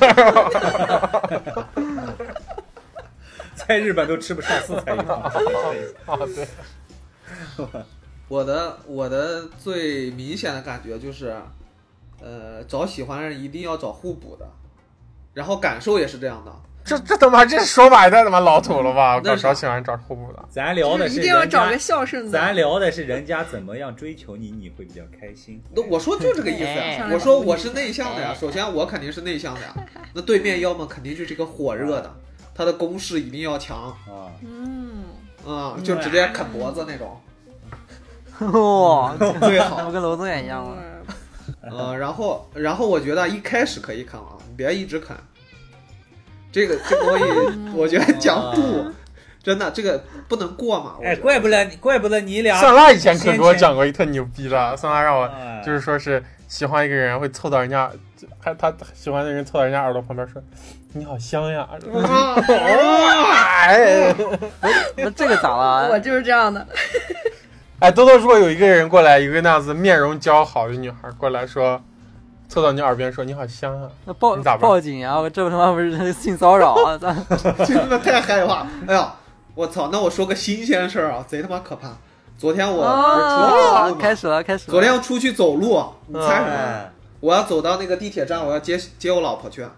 Speaker 2: 在日本都吃不上四菜一
Speaker 4: (laughs)
Speaker 2: 汤。
Speaker 4: 啊，对，
Speaker 3: 我的我的最明显的感觉就是，呃，找喜欢的人一定要找互补的，然后感受也是这样的。
Speaker 4: 这这他妈这说法也太他妈老土了吧！我
Speaker 3: 那
Speaker 4: 搞
Speaker 3: 是
Speaker 4: 找喜欢找互补的，
Speaker 2: 咱聊的
Speaker 1: 就是
Speaker 2: 是
Speaker 1: 一定要
Speaker 2: 人家
Speaker 1: 找个孝顺的。
Speaker 2: 咱聊的是人家怎么样追求你，你会比较开心。
Speaker 3: 那我说就这个意思呀
Speaker 1: 哎，
Speaker 3: 我说我是内向
Speaker 2: 哎
Speaker 3: 的呀，首先我肯定是内
Speaker 2: (laughs)
Speaker 3: 向的呀，那对面要么肯定就是一个火热的，他的攻势一定要强，
Speaker 2: 啊，
Speaker 1: 嗯，
Speaker 3: 嗯，就直接啃脖子那种，
Speaker 5: 哇，
Speaker 2: 啊
Speaker 3: 最好。
Speaker 5: 我跟楼宗远一样啊了。
Speaker 1: 嗯
Speaker 3: 呃，然后然后我觉得一开始可以啃啊，你别一直啃。这个这个
Speaker 2: (laughs)
Speaker 3: 东西，我觉得讲度，真的这个不能过嘛。
Speaker 2: 哦
Speaker 3: 我
Speaker 2: 啊哎，
Speaker 3: 觉得
Speaker 2: 怪不得，怪不得你俩
Speaker 4: 酸辣以前可给我讲过一特牛逼的，酸辣让我
Speaker 2: 哎
Speaker 4: 就是说是喜欢一个人会凑到人家，还他喜欢的人凑到人家耳朵旁边说：“你好香呀！”
Speaker 3: (laughs) 啊，
Speaker 4: 哎
Speaker 5: 那这个
Speaker 1: (laughs)
Speaker 5: 咋
Speaker 1: 我
Speaker 5: 了？啊
Speaker 1: 就是这样的。
Speaker 4: 哎，多多如果有一个人过来，有一个那样子面容姣好的女孩过来说，凑到你耳边说：“你好香啊
Speaker 5: 那报
Speaker 4: 你咋办
Speaker 5: 报警啊！我这他妈不是性骚扰啊！咱
Speaker 3: 真的太害怕。哎呀，我操！那我说个新鲜事儿啊，贼他妈可怕。昨天我
Speaker 5: 啊
Speaker 3: 我出去走路嘛
Speaker 5: 开始了，啊开始
Speaker 3: 哦
Speaker 5: 了。
Speaker 3: 昨天我出去走路，啊你猜什么？
Speaker 2: 哎，
Speaker 3: 我要走到那个地铁站，我要接接我老婆去。啊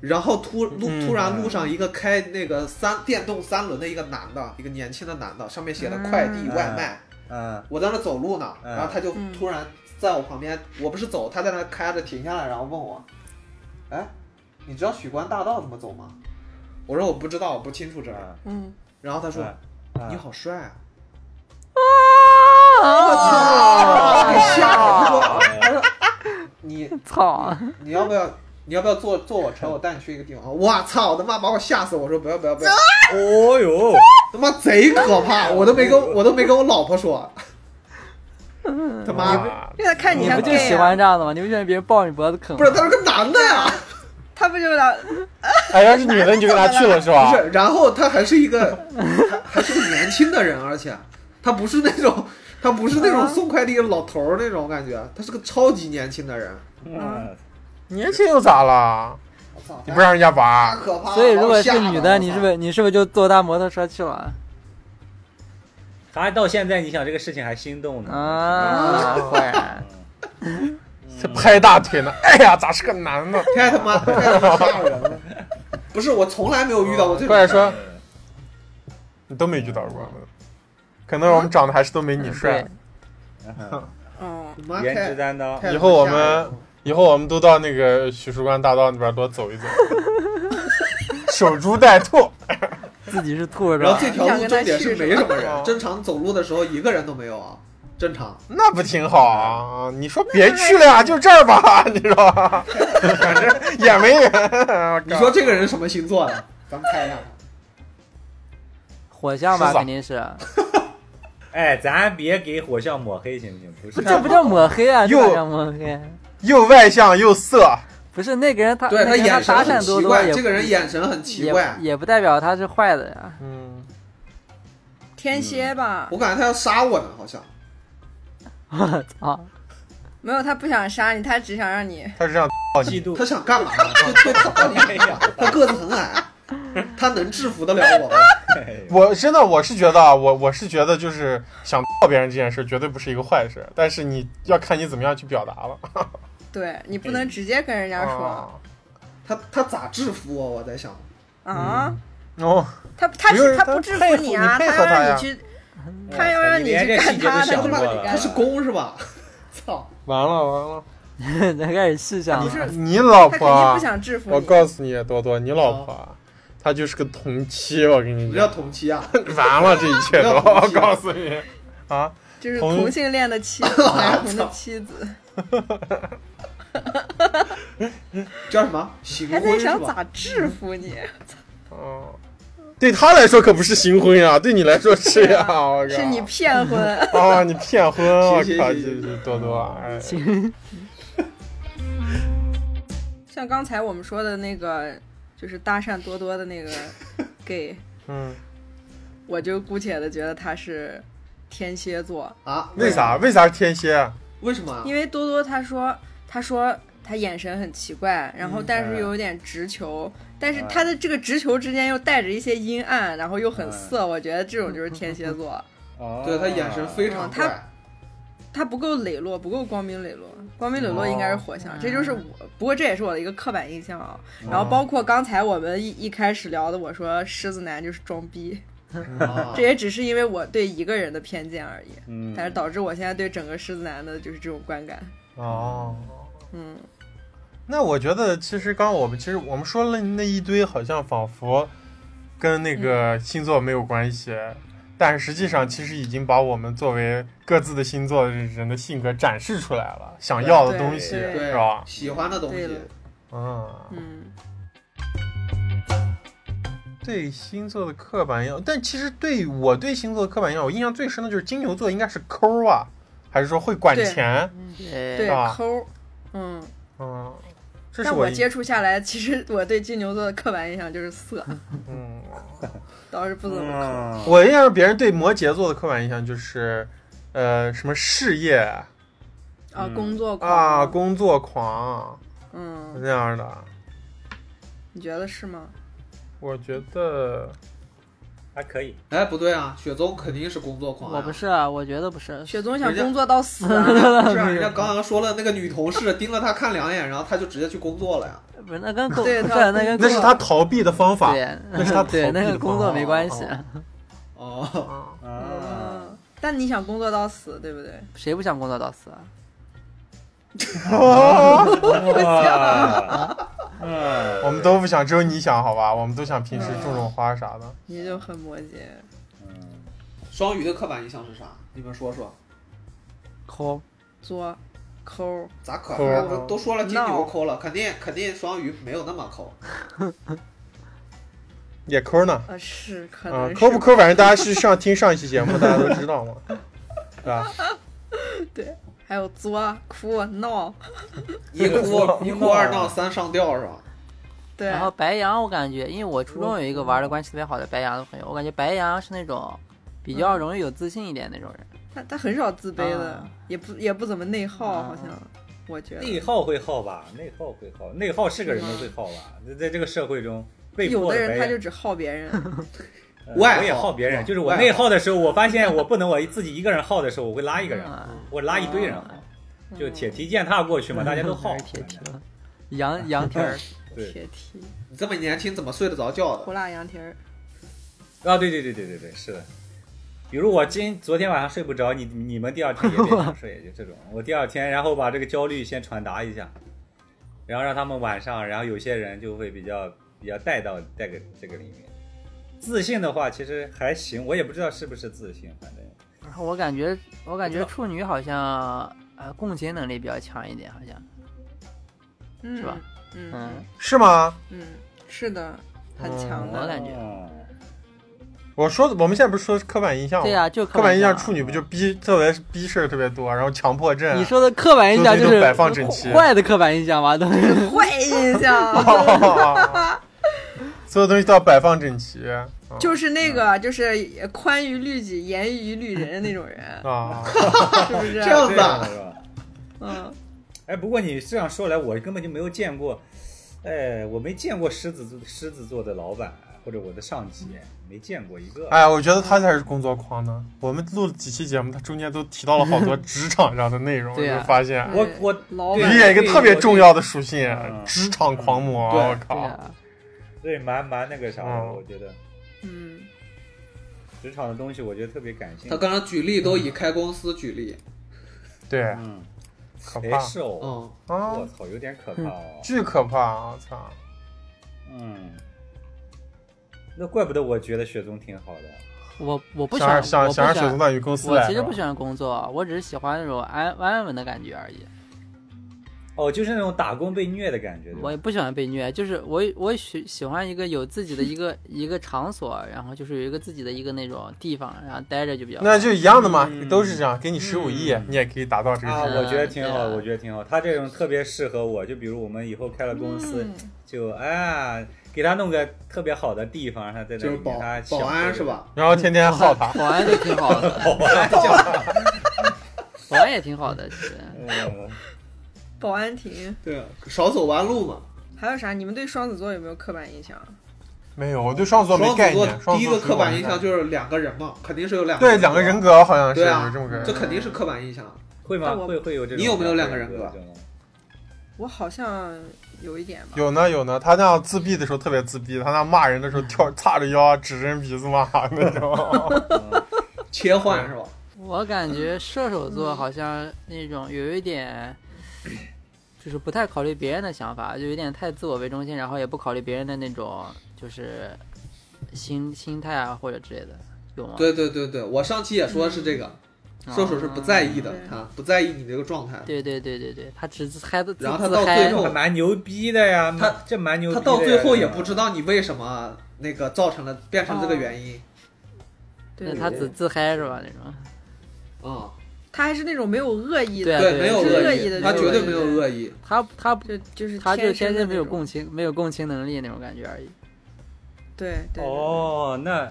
Speaker 3: 然后突路
Speaker 4: 嗯
Speaker 3: 突然路上一个开那个三电动三轮的一个男的，一个年轻的男的，上面写的快递
Speaker 2: 嗯
Speaker 3: 外卖。
Speaker 2: 嗯
Speaker 3: 我在那走路呢，
Speaker 2: 嗯
Speaker 3: 然后他就突然在我旁边，我不是走，他在那开着停下来，然后问我，哎，你知道许关大道怎么走吗？我说我不知道，我不清楚这儿。
Speaker 1: 嗯，
Speaker 3: 然后他说
Speaker 2: 嗯嗯
Speaker 3: 你好帅啊！
Speaker 5: 哦
Speaker 1: 嗯哦
Speaker 5: 啊！
Speaker 3: 给哦吓得我
Speaker 5: 操！
Speaker 3: 说他
Speaker 2: 啊
Speaker 3: (laughs) 说你
Speaker 5: 操！
Speaker 3: 你要不要你要不要坐坐我车？我带你去一个地方。我操！我他妈把我吓死！我说不要不要不要，
Speaker 2: 哦呦，
Speaker 3: 他妈贼可怕！我都没跟我都没跟我老婆说。他！”妈
Speaker 4: 啊，
Speaker 1: (laughs) 因为他看
Speaker 5: 你
Speaker 1: 像
Speaker 5: 不就
Speaker 1: gay
Speaker 5: 喜
Speaker 1: 啊，
Speaker 5: 欢这样的吗？你不喜欢别人抱你脖子啃吗？
Speaker 3: 不是，他是个男的呀。
Speaker 1: 他不就老
Speaker 4: 哎，要是女的你就跟他去了是吧
Speaker 3: 不？是，然后他还是一个， (laughs) 还还是个年轻的人，而且他不是那种， (laughs) 他不是那种送快递老头儿那种感觉，他是个超级年轻的人。
Speaker 2: 嗯
Speaker 4: 年轻又咋了？
Speaker 3: 我操，
Speaker 4: 你不让啊人家
Speaker 3: 太
Speaker 4: 玩，
Speaker 3: 可怕了！
Speaker 5: 啊所以如果
Speaker 3: 把
Speaker 5: 是
Speaker 3: 我吓
Speaker 5: 女
Speaker 3: 得
Speaker 5: 的，你是不是你是不是就坐他摩托车去了？啊
Speaker 2: 他到现在你想这个事情还心动呢，
Speaker 5: (laughs) 啊，果然。
Speaker 2: 嗯
Speaker 4: 拍大腿呢？哎呀，咋是个男的？
Speaker 3: 太他妈太他妈吓人了？不是，我从来没有遇到过这种
Speaker 4: 过来
Speaker 3: 人。
Speaker 4: 说，你都没遇到过，可能我们长得还是都没你帅
Speaker 5: 啊
Speaker 3: 啊
Speaker 5: 对。，
Speaker 1: 嗯
Speaker 3: 你妈
Speaker 2: 颜值
Speaker 3: 太
Speaker 2: 担当，
Speaker 3: 太
Speaker 4: 以后我
Speaker 3: 吓人了
Speaker 4: 们以后我们都到那个许树关大道那边多走一走，守株待兔。
Speaker 5: 自己是兔是
Speaker 3: 然
Speaker 5: 吧
Speaker 3: 后？这条路重点是没什么
Speaker 4: 是吧
Speaker 3: 人，正常走路的时候一个人都没有啊，正常。
Speaker 4: 那不挺好啊？你说别去了呀，就这儿吧， (laughs) 你知道吧？反正也没人。
Speaker 3: 你说这个人什么星座啊的？咱们 (laughs) 猜一下。
Speaker 5: 火象吧，
Speaker 4: 狮子
Speaker 5: 肯定是。啊
Speaker 2: 哎，咱别给火象抹黑行不行？不是，
Speaker 5: 这不叫抹黑啊，这
Speaker 4: 又
Speaker 5: 不叫抹黑。
Speaker 4: 又外向又色，
Speaker 5: 不是那个人他，
Speaker 3: 对
Speaker 5: 那
Speaker 3: 他
Speaker 5: 个人
Speaker 3: 眼神
Speaker 5: 搭
Speaker 3: 很
Speaker 5: 讪多
Speaker 3: 奇
Speaker 5: 多
Speaker 3: 怪，
Speaker 5: 也
Speaker 3: 这个人眼神很奇
Speaker 5: 也
Speaker 3: 怪
Speaker 5: 不。也不代表他是坏的呀。 (laughs)
Speaker 4: 嗯，
Speaker 1: 天蝎吧，
Speaker 3: 我感觉他要杀我呢，好像。
Speaker 5: 我操！ (laughs)
Speaker 1: 没有，他不想杀你，他只想让你
Speaker 4: 他是这样。
Speaker 2: 嫉妒
Speaker 3: 他。想干嘛？就就躺到你身上。他个子很矮，他能制服得了我吗？
Speaker 2: 哎呦
Speaker 4: 我真的我是觉得啊，我我是觉得就是想到别人这件事绝对不是一个坏事，但是你要看你怎么样去表达了。
Speaker 1: 对你不能直接跟人家说
Speaker 4: 啊
Speaker 3: 他他咋制服我？我在想，
Speaker 1: 啊，
Speaker 4: 哦，
Speaker 1: 他他
Speaker 4: 不用
Speaker 1: 是他
Speaker 4: 他
Speaker 1: 不制
Speaker 4: 配
Speaker 1: 服
Speaker 4: 合
Speaker 1: 你啊，
Speaker 4: 你配合
Speaker 1: 要
Speaker 4: 他呀
Speaker 1: 让你去，他要让
Speaker 2: 嗯你
Speaker 1: 你
Speaker 2: 连
Speaker 1: 去
Speaker 2: 这
Speaker 1: 干
Speaker 2: 细节
Speaker 1: 他
Speaker 2: 都
Speaker 1: 的，他
Speaker 2: 想不
Speaker 1: 不
Speaker 2: 过
Speaker 1: 让你
Speaker 2: 了
Speaker 1: 干
Speaker 3: (laughs) 他是公是吧？操！
Speaker 4: 完了完了，
Speaker 5: 咱开始细想
Speaker 1: 不
Speaker 5: 了。
Speaker 1: 是
Speaker 4: 你老
Speaker 1: 他肯定
Speaker 4: 婆啊
Speaker 1: 不，想制服
Speaker 4: 嗯我
Speaker 1: 你。
Speaker 4: 告诉你，多多，你老婆
Speaker 3: 哦
Speaker 4: 啊，她就是个同妻，我跟你
Speaker 3: 不要
Speaker 4: 讲，
Speaker 3: 同期啊，
Speaker 4: (laughs) 完了这一切
Speaker 3: 不要
Speaker 4: 都，
Speaker 3: 同
Speaker 4: 我
Speaker 3: 妻啊
Speaker 4: 告诉你，啊，
Speaker 1: 就是
Speaker 4: 同
Speaker 1: 同性恋的妻
Speaker 4: (laughs)
Speaker 1: 子，男同的妻子，
Speaker 3: 叫什么？行
Speaker 1: 还
Speaker 3: 婚
Speaker 1: 在
Speaker 3: 是
Speaker 1: 想
Speaker 3: 吧？
Speaker 1: 咋制服你？
Speaker 4: 哦，对她来说可不是新婚啊，对你来说是
Speaker 1: (laughs)
Speaker 4: 呀，我靠，
Speaker 1: 是你骗婚。
Speaker 4: 啊，你骗
Speaker 3: (laughs)
Speaker 4: 婚，我
Speaker 3: 行
Speaker 4: 靠，
Speaker 3: 行
Speaker 4: 这
Speaker 3: 行
Speaker 4: 这多多，哎，
Speaker 1: 像刚才我们说的那个，就是搭讪多多的
Speaker 4: (laughs)
Speaker 1: 那个 gay，
Speaker 4: 嗯，
Speaker 1: 我就姑且的觉得他是天蝎座，
Speaker 3: 啊？
Speaker 4: 为啥？？为啥是天蝎啊？
Speaker 3: 为什么啊？
Speaker 1: 因为多多他说他说他眼神很奇怪，然后但
Speaker 2: 哎
Speaker 1: 是又有点直球，但是他的这个直球之间又带着一些阴暗，然后又很色，我觉得这种就是天蝎座，
Speaker 2: 哦
Speaker 3: 对他眼神非常
Speaker 1: 嗯他
Speaker 3: 怪，
Speaker 1: 他不够磊落，不够光明磊落，光明磊落应该是火象，这就是我，不过这也是我的一个刻板印象啊。然后包括刚才我们一一开始聊的，我说狮子男就是装逼。
Speaker 3: 啊
Speaker 1: 这也只是因为我对一个人的偏见而已，
Speaker 2: 嗯，
Speaker 1: 但是导致我现在对整个狮子男的就是这种观感。
Speaker 4: 哦，
Speaker 1: 嗯，
Speaker 4: 那我觉得其实刚刚我们其实我们说了那一堆，好像仿佛跟那
Speaker 1: 嗯
Speaker 4: 个星座没有关系，但实际上其实已经把我们作为各自的星座的人的性格展示出来了，想要的东西
Speaker 1: 对
Speaker 4: 是
Speaker 3: 对
Speaker 4: 吧？
Speaker 3: 喜欢的东
Speaker 1: 对
Speaker 3: 西
Speaker 1: 了，
Speaker 4: 嗯，
Speaker 1: 嗯，
Speaker 4: 对星座的刻板印象，但其实对我对星座的刻板印象，我印象最深的就是金牛座应该是抠啊，还是说会管
Speaker 1: 对
Speaker 4: 钱？
Speaker 1: 对
Speaker 5: 对，
Speaker 4: 吧，
Speaker 1: 抠儿，嗯，
Speaker 4: 嗯，这是
Speaker 1: 但我
Speaker 4: 印
Speaker 1: 接触下来，其实我对金牛座的刻板印象就是色，
Speaker 4: 嗯。
Speaker 1: 倒是不怎么抠。
Speaker 2: 嗯
Speaker 4: 我印象中别人对摩羯座的刻板印象就是，呃，什么事业
Speaker 1: 啊，
Speaker 2: 嗯
Speaker 1: 工作狂
Speaker 4: 啊、工作狂
Speaker 1: 嗯，
Speaker 4: 那样的。
Speaker 1: 你觉得是吗？
Speaker 4: 我觉得
Speaker 2: 还可以，
Speaker 3: 哎，不对啊，雪宗肯定是工作狂、啊。
Speaker 5: 我不是，啊，我觉得不是。
Speaker 1: 雪宗想
Speaker 3: 人家
Speaker 1: 工作到死啊，
Speaker 3: (laughs) 是啊，人
Speaker 1: (laughs)
Speaker 3: 家刚刚说了那个女同事盯了他看两眼，然后他就直接去工作了呀。
Speaker 5: 不是那跟工，不
Speaker 1: 对
Speaker 5: 是
Speaker 1: 他
Speaker 5: 那跟
Speaker 4: 那
Speaker 5: 工
Speaker 4: 是
Speaker 5: 作
Speaker 4: 他逃避的方法。
Speaker 5: 对，
Speaker 4: 那是他逃避的
Speaker 5: (laughs) 对那跟工作没关系，
Speaker 3: 哦，
Speaker 4: 啊
Speaker 2: 啊，
Speaker 1: 嗯，但你想工作到死，对不对？
Speaker 5: 谁不想工作到死啊？
Speaker 2: 啊嗯，
Speaker 4: (laughs)
Speaker 1: (laughs)
Speaker 4: 我们都不想，只有你想，好吧？我们都想平时种种花啥的。
Speaker 1: 你就很摩羯，
Speaker 3: 双鱼的刻板印象是啥？你们说说，
Speaker 5: 抠，
Speaker 1: 作，抠儿，
Speaker 3: 咋可
Speaker 4: 抠
Speaker 3: 能？都都说了金牛
Speaker 1: 闹
Speaker 3: 抠了，肯定肯定双鱼没有那么 (laughs) 抠。
Speaker 4: 也抠呢，
Speaker 1: 啊，是可
Speaker 4: 啊
Speaker 1: 能，是
Speaker 4: 抠不抠？反正大家是上听上一期节目，大家都知道嘛，对吧？
Speaker 1: 还有作、哭、闹，
Speaker 3: 一
Speaker 4: 哇
Speaker 3: 哭一哭二闹三上吊是吧？
Speaker 1: 对，
Speaker 5: 然后白羊，我感觉，因为我初中有一个玩的关系特别好的白羊的朋友，我感觉白羊是那种比较容易有自信一点那种人。
Speaker 1: 他他很少自卑的，
Speaker 5: 啊
Speaker 1: 也不也不怎么内耗，
Speaker 5: 啊
Speaker 1: 好像我觉
Speaker 2: 内
Speaker 1: 得
Speaker 2: 耗会耗吧，内耗会耗，内耗是个人都会耗吧，在在这个社会中被
Speaker 1: 有
Speaker 2: 迫
Speaker 1: 的
Speaker 2: 地
Speaker 1: 人
Speaker 2: 白
Speaker 1: 他就只耗别人，
Speaker 2: 呃
Speaker 3: 外
Speaker 2: 我也
Speaker 3: 耗
Speaker 2: 耗别人，
Speaker 3: 嗯
Speaker 2: 就是我
Speaker 3: 外
Speaker 2: 内
Speaker 3: 耗
Speaker 2: 耗的时候，我发现我不能我自己一个人耗的时候，我会拉一个人
Speaker 4: 啊
Speaker 2: 耗，
Speaker 5: 嗯，
Speaker 2: 我拉一堆人耗，就
Speaker 1: 嗯
Speaker 2: 铁蹄践踏过去嘛，大家都耗
Speaker 5: 还是。铁蹄了，嗯羊羊
Speaker 4: (laughs)
Speaker 5: 蹄儿，
Speaker 2: 对
Speaker 1: 铁蹄、
Speaker 3: 你这么年轻怎么睡得着觉
Speaker 1: 胡
Speaker 3: 的？
Speaker 1: 辣羊蹄儿，
Speaker 2: 啊，对对对对对对，是的。比如我今昨天晚上睡不着，你你们第二天也别想睡，就这种。我第二天，然后把这个焦虑先传达一下，然后让他们晚上，然后有些人就会比较比较带到带个这个里面。自信的话，其实还行，我也不知道是不是自信，反正
Speaker 5: 然后我感觉，我感
Speaker 2: 不知
Speaker 5: 觉
Speaker 2: 道
Speaker 5: 处女好像呃共情能力比较强一点，好像，
Speaker 1: 嗯、
Speaker 5: 是吧？
Speaker 1: 嗯
Speaker 5: 嗯，
Speaker 4: 是吗？
Speaker 1: 嗯，是的，很强
Speaker 5: 我
Speaker 1: 的，
Speaker 5: 感觉
Speaker 4: 我说的，我们现在不是说刻板印象吗？
Speaker 5: 对呀，就
Speaker 4: 刻板印象，
Speaker 5: 啊
Speaker 4: 处女不就逼特别逼事儿特别多，然后强迫症啊。
Speaker 5: 你说 (laughs) 的刻板印象就
Speaker 4: 所以
Speaker 5: 是
Speaker 4: 都摆放整齐
Speaker 5: 坏的刻板印象吧，都是
Speaker 1: 坏印
Speaker 5: (laughs)
Speaker 1: 象。
Speaker 4: 哦 (laughs) 所有东西都要摆放整齐。啊，
Speaker 1: 就是那个，就是宽于律己，严于律人的那种人
Speaker 5: (laughs)
Speaker 4: 啊，
Speaker 1: 是不是？
Speaker 3: 这
Speaker 2: 这
Speaker 3: 样子
Speaker 2: 样
Speaker 3: 啊
Speaker 2: 的是吧？
Speaker 1: 嗯，
Speaker 2: 哎，不过你这样说来，我根本就没有见过，哎，我没见过狮子座狮子座的老板或者我的上级，没见过一个。
Speaker 4: 哎，我觉得他才是工作狂呢。我们录了几期节目，他中间都提到了好多职场上的内容，你
Speaker 5: 对呀
Speaker 4: 就发现
Speaker 1: 嗯
Speaker 2: 我我
Speaker 1: 老
Speaker 4: 理
Speaker 1: 板
Speaker 4: 解一个特别重要的属性
Speaker 2: 嗯
Speaker 4: ——职场狂魔。
Speaker 3: 对
Speaker 4: 我
Speaker 5: 对
Speaker 4: 靠，
Speaker 5: 啊，
Speaker 2: 对蛮蛮那个啥的，
Speaker 4: 嗯
Speaker 2: 我觉得
Speaker 1: 嗯，
Speaker 2: 职场的东西，我觉得特别感兴
Speaker 3: 他
Speaker 2: 趣。
Speaker 3: 刚刚举例都以开公司举例，
Speaker 4: 对，
Speaker 2: 嗯，
Speaker 4: 可
Speaker 2: 谁
Speaker 4: 怕
Speaker 2: 手？
Speaker 3: 嗯，
Speaker 2: 我
Speaker 4: 啊，
Speaker 2: 操，有点可怕哦。
Speaker 4: 巨可怕啊！我操，
Speaker 2: 嗯，那怪不得我觉得雪宗挺好的。
Speaker 5: 我我不喜
Speaker 4: 想
Speaker 5: 欢，
Speaker 4: 让想
Speaker 5: 我不
Speaker 4: 想让
Speaker 5: 喜
Speaker 4: 雪松
Speaker 5: 欢，
Speaker 4: 到宇宙斯
Speaker 5: 我
Speaker 4: 来，
Speaker 5: 其实不
Speaker 4: 是
Speaker 5: 喜
Speaker 4: 吧
Speaker 5: 欢工作，我只是喜欢那种安安稳的感觉而已。
Speaker 2: 哦，就是那种打工被虐的感觉。对吧
Speaker 5: 我也不喜欢被虐，就是我我喜喜欢一个有自己的一个一个场所，然后就是有一个自己的一个那种地方，然后待着就比较好。
Speaker 4: 那就一样的嘛，
Speaker 2: 嗯
Speaker 4: 都是这样，给你十五亿
Speaker 2: 嗯，
Speaker 4: 你也可以达到这个
Speaker 2: 啊，
Speaker 4: 事情。
Speaker 2: 我觉得挺好，
Speaker 5: 对啊
Speaker 2: 我觉得挺好。他这种特别适合我，就比如我们以后开了公司，
Speaker 1: 嗯
Speaker 2: 就哎呀，给他弄个特别好的地方，让他在那
Speaker 3: 就
Speaker 2: 里
Speaker 3: 是保
Speaker 2: 面他享
Speaker 3: 保安
Speaker 2: 受
Speaker 3: 是？吧？
Speaker 4: 然后天天耗他，
Speaker 5: 保安就挺好的，
Speaker 2: (laughs) 保安就，
Speaker 5: 保安也挺好的，其实。
Speaker 2: 嗯
Speaker 1: 保安亭
Speaker 3: 对啊，少走弯路嘛。
Speaker 1: 还有啥？你们对双子座有没有刻板印象？
Speaker 4: (laughs) 没有，我对双子座没
Speaker 3: 双
Speaker 4: 概
Speaker 3: 子座
Speaker 4: 念。双
Speaker 3: 第一
Speaker 4: 子座
Speaker 3: 个
Speaker 4: 是
Speaker 3: 刻板
Speaker 4: 没
Speaker 3: 印
Speaker 4: 概
Speaker 3: 象
Speaker 4: 念
Speaker 3: 就是两个人嘛，肯定是有两
Speaker 4: 对
Speaker 3: 人
Speaker 4: 两个
Speaker 3: 的
Speaker 4: 人格，好像是
Speaker 3: 对啊
Speaker 4: 有这么个人
Speaker 3: 这肯定是刻板印象。
Speaker 2: 会吗？
Speaker 1: 但我
Speaker 2: 会会有这种？
Speaker 3: 你有没有两个人格
Speaker 2: 这种？
Speaker 1: 我好像有一点吧。
Speaker 4: 有呢有呢，他那样自闭的时候特别自闭，他那样骂人的时候跳 (laughs) 叉着腰啊指着人鼻子骂
Speaker 3: (laughs)
Speaker 4: 那种。
Speaker 3: 切换是吧？
Speaker 5: 我感觉射手座好像那种有一点，就是不太考虑别人的想法，就有点太自我为中心，然后也不考虑别人的那种就是心心态啊或者之类的，有吗？
Speaker 3: 对对对对，我上期也说是这个，
Speaker 5: 啊，
Speaker 3: 射手是不在意的
Speaker 1: 对，
Speaker 3: 他不在意你这个状态。
Speaker 5: 对对对对对，他只自嗨的，
Speaker 3: 然后他
Speaker 5: 自
Speaker 3: 到
Speaker 5: 嗨
Speaker 3: 最
Speaker 2: 哎这
Speaker 3: 后
Speaker 2: 还蛮牛逼的呀，
Speaker 3: 他
Speaker 2: 蛮这蛮牛逼
Speaker 3: 他
Speaker 2: 的呀。啊
Speaker 3: 到最后也不知
Speaker 2: 道。
Speaker 3: 道你为什么那个造成了变成这个原因
Speaker 1: 对
Speaker 5: 那，他自自嗨是吧？那种，
Speaker 3: 啊，
Speaker 1: 他还是那种没有恶意
Speaker 5: 对
Speaker 1: 的，
Speaker 5: 啊
Speaker 3: 没有
Speaker 1: 是恶
Speaker 3: 意
Speaker 1: 意的
Speaker 3: 他
Speaker 1: 这
Speaker 3: 绝
Speaker 1: 种
Speaker 3: 对
Speaker 1: 人
Speaker 3: 没有恶意。
Speaker 5: 他他不
Speaker 1: 就就是
Speaker 5: 他就是
Speaker 1: 天
Speaker 5: 天
Speaker 1: 生
Speaker 5: 生没有共
Speaker 1: 情。
Speaker 5: 情，没有共情能力那种感觉而已。
Speaker 1: 对对，
Speaker 2: 哦，那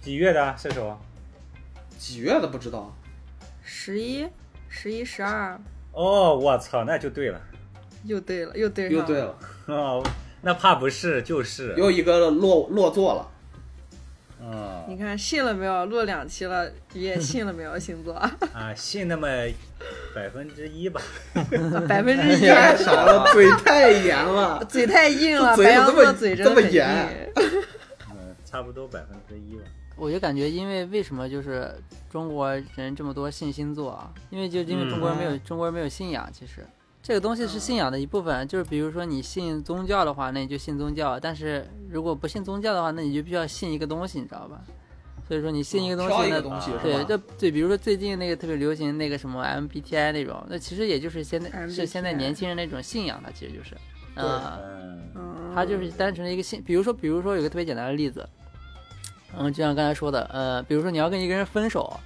Speaker 2: 几月的啊射手？
Speaker 3: 几月的不知道，
Speaker 1: 十一、十一、十二，
Speaker 2: 哦，我操，那就对了。
Speaker 1: 又对了，又对上
Speaker 3: 又
Speaker 1: 了。
Speaker 3: 对了，
Speaker 2: 哦，那怕不是就是。
Speaker 3: 又一个落落座了。
Speaker 2: 嗯。
Speaker 1: 你看信了没有？录两期了，你也信了没有？星座
Speaker 2: 啊，信那么百分之一吧。
Speaker 1: (laughs) 百分之
Speaker 3: (laughs)
Speaker 1: 一，
Speaker 3: 太啥了，嘴太严
Speaker 1: (laughs)
Speaker 3: 了。
Speaker 1: 嘴太硬了，
Speaker 3: 哎这嘴
Speaker 1: 白
Speaker 3: 怎么
Speaker 1: 羊
Speaker 3: 这么
Speaker 1: 座嘴真的
Speaker 3: 这么
Speaker 1: 很
Speaker 3: 严
Speaker 1: 硬。
Speaker 2: 嗯，差不多百分之一吧。
Speaker 5: 我就感觉，因为为什么就是中国人这么多信星座啊？因为就因
Speaker 1: 嗯
Speaker 5: 为中国人没有、中国人没有信仰，其实这个东西是信仰的一部分。就是比如说你信宗教的话，那你就信宗教；但是如果不信宗教的话，那你就必须要信一个东西，你知道吧？所以说你信一个东
Speaker 3: 挑
Speaker 5: 西，
Speaker 3: 一个
Speaker 1: 哦
Speaker 5: 那
Speaker 3: 东西
Speaker 2: 啊
Speaker 5: 对，
Speaker 3: 是吧？
Speaker 5: 这对，比如说最近那个特别流行那个什么 MBTI 那种，那其实也就是现在是现在
Speaker 1: MBTI
Speaker 5: 年轻人那种信仰，它其实就是，
Speaker 3: 对
Speaker 5: 呃，
Speaker 2: 嗯
Speaker 1: 嗯，
Speaker 5: 它就是单纯的一个信，比如说，比如说有个特别简单的例子，嗯，就像刚才说的，呃，比如说你要跟一个人分手，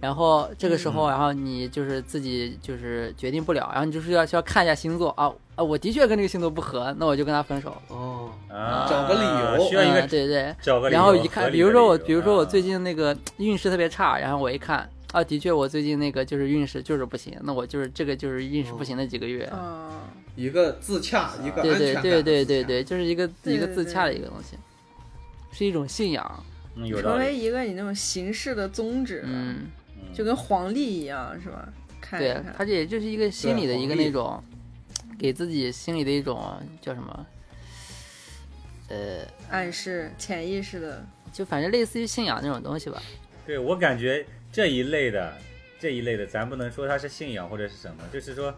Speaker 5: 然后这个时
Speaker 2: 嗯
Speaker 5: 候，然后你就是自己就是决定不了，然后你就是要需要看一下星座啊啊，我的确跟这个星座不合，那我就跟他分手，
Speaker 3: 哦，
Speaker 2: 啊，
Speaker 3: 找个理由
Speaker 2: 需要一
Speaker 5: 嗯
Speaker 2: 个
Speaker 5: 对对，
Speaker 2: 找个理由。
Speaker 5: 然后一看，
Speaker 2: 合理的
Speaker 5: 比如说我，
Speaker 2: 理由
Speaker 5: 比如说我
Speaker 2: 啊
Speaker 5: 最近那个运势特别差，然后我一看啊，的确我最近那个就是运势就是不行，那我就是这个就是运势不行的几个月，
Speaker 1: 嗯，
Speaker 3: 一个自洽，一个安
Speaker 5: 对
Speaker 3: 全
Speaker 5: 对
Speaker 3: 感。
Speaker 5: 对对对，对，就是一个
Speaker 1: 对
Speaker 5: 一个
Speaker 1: 对
Speaker 5: 自
Speaker 1: 对
Speaker 5: 洽的一个东西，是一种信仰，
Speaker 2: 嗯有道
Speaker 1: 成为
Speaker 2: 理。
Speaker 1: 一个你那种形式的宗旨，啊
Speaker 5: 嗯，
Speaker 2: 嗯
Speaker 1: 就跟黄历一样，是吧？看一
Speaker 5: 对，它
Speaker 1: 看，
Speaker 5: 这也就是一个心
Speaker 3: 对
Speaker 5: 理的一
Speaker 3: 红
Speaker 5: 个
Speaker 3: 利
Speaker 5: 那种，给自己心里的一种叫什么，呃，
Speaker 1: 暗示潜意识的，
Speaker 5: 就反正类似于信仰那种东西吧，
Speaker 2: 对我感觉这一类的这一类的，咱不能说它是信仰或者是什么，就是说。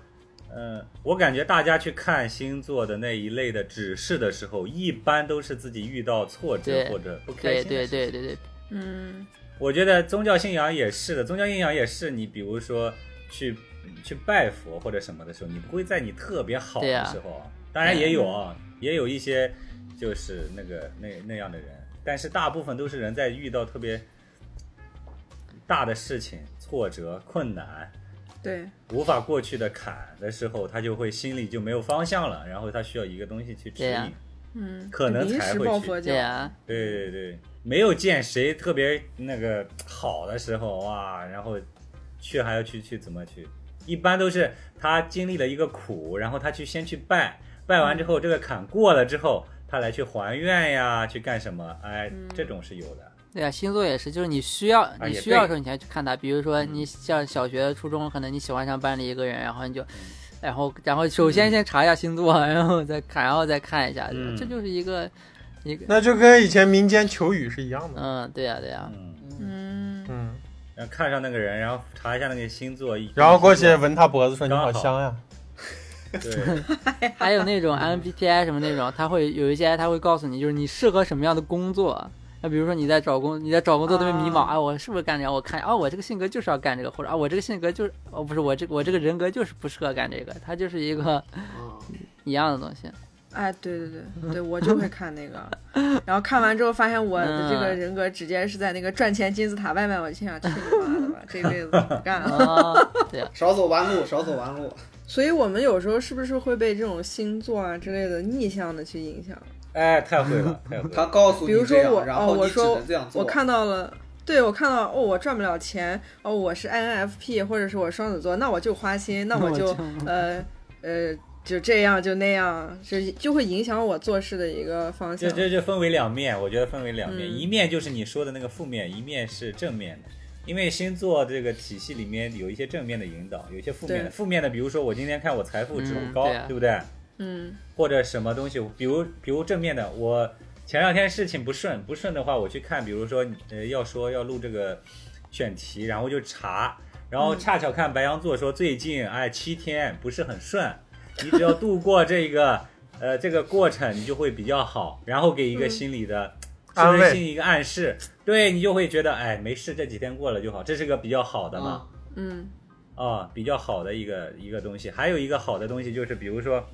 Speaker 2: 呃，我感觉大家去看星座的那一类的指示的时候，一般都是自己遇到挫折
Speaker 5: 对
Speaker 2: 或者不开
Speaker 5: 对
Speaker 2: 心的
Speaker 5: 对
Speaker 2: 事
Speaker 5: 对对对，
Speaker 1: 嗯，
Speaker 2: 我觉得宗教信仰也是的，宗教信仰也是你，比如说去嗯去拜佛或者什么的时候，你不会在你特别好
Speaker 5: 对嗯
Speaker 2: 的
Speaker 5: 呀
Speaker 2: 时候，啊、当然也有啊，也有一些就是那个那那样的人，但是大部分都是人在遇到特别大的事情、挫折、困难。
Speaker 1: 对，
Speaker 2: 无法过去的坎的时候，他就会心里就没有方向了，然后他需要一个东西去指
Speaker 5: 对啊呀
Speaker 2: 引。
Speaker 1: 嗯，
Speaker 2: 可能
Speaker 1: 临
Speaker 2: 才
Speaker 1: 时
Speaker 2: 会
Speaker 1: 抱
Speaker 2: 去
Speaker 1: 佛脚
Speaker 5: 对，啊，
Speaker 2: 对对对，没有见谁特别那个好的时候哇，然后去还要去去怎么去？一般都是他经历了一个苦，然后他去先去拜，拜完之后这个坎过了之后，他来去还愿呀，去干什么？哎，这种是有的。
Speaker 5: 对啊，星座也是，就是你需要你
Speaker 2: 啊也
Speaker 5: 需要
Speaker 2: 对嗯
Speaker 5: 的时候你才去看它。比如说，你像小学、初中，可能你喜欢上班里一个人，然后你
Speaker 2: 嗯
Speaker 5: 就，然后然后首先先查一下星座，然后再看，然后再看一下，
Speaker 2: 嗯
Speaker 5: 这就是一个一个，
Speaker 4: 那就跟以前民间求雨是一样的。
Speaker 5: 嗯，对呀、对呀、
Speaker 2: 嗯，
Speaker 1: 嗯，
Speaker 4: 嗯，
Speaker 2: 然后看上那个人，然后查一下那个星座，一
Speaker 4: 然后过去闻他脖子说：“你
Speaker 2: 刚好
Speaker 4: 好香呀 (laughs)
Speaker 2: 对，
Speaker 1: 哎
Speaker 5: 还
Speaker 1: (laughs)
Speaker 5: 有那种 MBTI 什么那种，他会有一些他会告诉你，就是你适合什么样的工作。那比如说你在找工，你在找工作特别迷茫
Speaker 1: 啊
Speaker 5: 啊，我是不是干这个？我看啊，我这个性格就是要干这个，或者啊，我这个性格就是哦，不是我这我这个人格就是不适合干这个，它就是一个 (laughs)
Speaker 3: 嗯，
Speaker 5: 一样的东
Speaker 1: (laughs)
Speaker 5: 西。
Speaker 1: 哎，对对对对，我就会看那
Speaker 5: (laughs)
Speaker 1: 个，然后看完之后发现我的这个
Speaker 5: 嗯
Speaker 1: 人格直接是在那个赚钱金字塔外面，我就想去你妈的吧，这辈子不干了。
Speaker 5: 啊，对啊，
Speaker 3: 少走弯路，少走弯路。
Speaker 1: 所以我们有时候是不是会被这种星座啊之类的逆向的去影响？
Speaker 2: 哎，太会了，太会
Speaker 3: 他
Speaker 2: 了，
Speaker 3: 告诉
Speaker 1: 比
Speaker 3: 你
Speaker 1: 如
Speaker 3: 这
Speaker 1: 说我
Speaker 3: 样，然
Speaker 1: 哦，
Speaker 3: 后
Speaker 1: 我
Speaker 3: 你只
Speaker 1: 说
Speaker 3: 能这样做。
Speaker 1: 我
Speaker 3: 啊
Speaker 1: 看到了，对我看到哦，我赚不了钱，哦，我是 INFP 或者是我双子座，那我就花心，那
Speaker 5: (laughs)
Speaker 1: 我就呃呃就这样就那样，就就会影响我做事的一个方向
Speaker 2: 这。这这分为两面，我觉得分为两面，
Speaker 1: 嗯
Speaker 2: 一面就是你说的那个负面，一面是正面的。因为星座这个体系里面有一些正面的引导，有一些负面的。
Speaker 1: 对
Speaker 2: 负面的，比如说我今天看我财富指数
Speaker 5: 嗯
Speaker 2: 高，
Speaker 5: 对啊
Speaker 2: 对不对？
Speaker 1: 嗯
Speaker 2: 或者什么东西，比如比如正面的，我前两天事情不顺，不顺的话，我去看，比如说呃要说要录这个选题，然后就查，然后恰巧看白羊座说最近哎七天不是很顺，你只要度过这个呃这个过程，你就会比较好，然后给一个心理的。
Speaker 4: 安
Speaker 2: 顺
Speaker 4: 慰
Speaker 2: 人性一个暗示，对你就会觉得，哎，没事，这几天过了就好，这是个比较好的嘛。
Speaker 3: 啊，
Speaker 1: 嗯
Speaker 2: 啊，比较好的一个一个东西。还有一个好的东西就是，比如说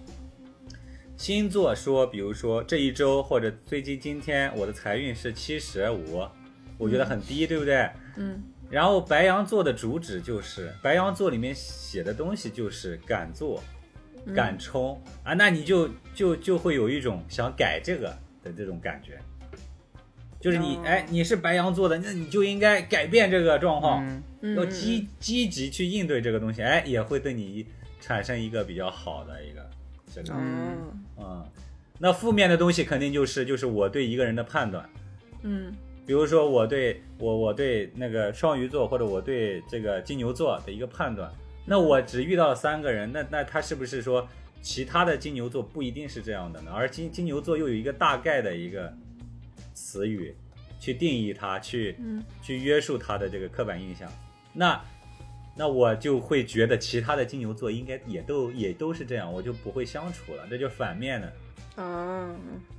Speaker 2: 星座说，比如说这一周或者最近今天我的财运是七十五，我觉得很低，对不对？
Speaker 1: 嗯
Speaker 2: 然后白羊座的主旨就是，白羊座里面写的东西就是敢做、敢冲、啊，那你就就就会有一种想改这个的这种感觉，就是你、
Speaker 1: 哦
Speaker 2: 哎，你是白羊座的，那你就应该改变这个状况。
Speaker 5: 嗯，
Speaker 1: 嗯，
Speaker 2: 要积积极去应对这个东西，哎，也会对你产生一个比较好的一个这个
Speaker 1: 嗯。哦
Speaker 2: 嗯，那负面的东西肯定就是就是我对一个人的判断，
Speaker 1: 嗯
Speaker 2: 比如说我对我我对那个双鱼座或者我对这个金牛座的一个判断，那我只遇到了三个人，那那他是不是说其他的金牛座不一定是这样的呢？而金金牛座又有一个大概的一个词语去定义它，去
Speaker 1: 嗯
Speaker 2: 去约束他的这个刻板印象。那那我就会觉得其他的金牛座应该也都也都是这样，我就不会相处了，这就是反面的。
Speaker 1: 哦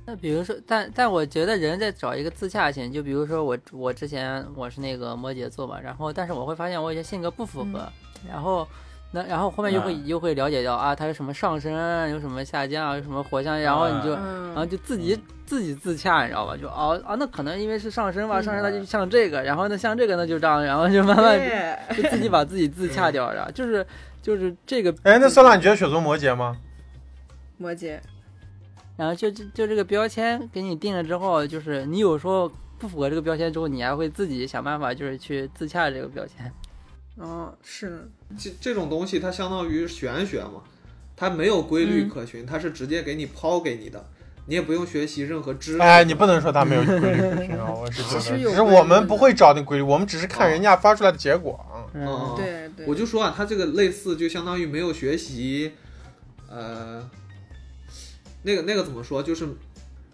Speaker 5: 那比如说，但但我觉得人在找一个自洽性，就比如说我我之前我是那个摩羯座嘛，然后但是我会发现我有些性格不符合，然后那然后后面又会、
Speaker 2: 嗯
Speaker 5: 又会了解到啊，它有什么上升，啊有什么下降，有什么火象，然后你就、然后
Speaker 1: 嗯
Speaker 5: 就自己自己自洽，你知道吧？就哦啊，那可能因为是上升吧，
Speaker 1: 嗯
Speaker 5: 上升它就像这个，然后那像这个那就这样，然后就慢慢
Speaker 1: 对，
Speaker 5: 就自己把自己自洽掉，然后就是就是这个”。
Speaker 4: 哎，那酸辣，你觉得雪松摩羯吗？
Speaker 1: 摩羯，
Speaker 5: 然后就就就这个标签给你定了之后，就是你有时候不符合这个标签之后，你还会自己想办法，就是去自洽这个标签。
Speaker 1: 哦是呢，
Speaker 3: 这这种东西它相当于玄学嘛，它没有规
Speaker 1: 嗯
Speaker 3: 律可循，它是直接给你抛给你的，你也不用学习任何知识。
Speaker 4: 哎，你不能说他没有规律可循啊，我是觉得，
Speaker 1: 其实
Speaker 4: 只
Speaker 1: 有
Speaker 4: 是我们不会找那规律，我们只是看人家发出来的结果。
Speaker 3: 嗯，
Speaker 4: 嗯
Speaker 3: 嗯，
Speaker 1: 对对，
Speaker 3: 我就说啊，它这个类似就相当于没有学习，呃，那个那个怎么说，就是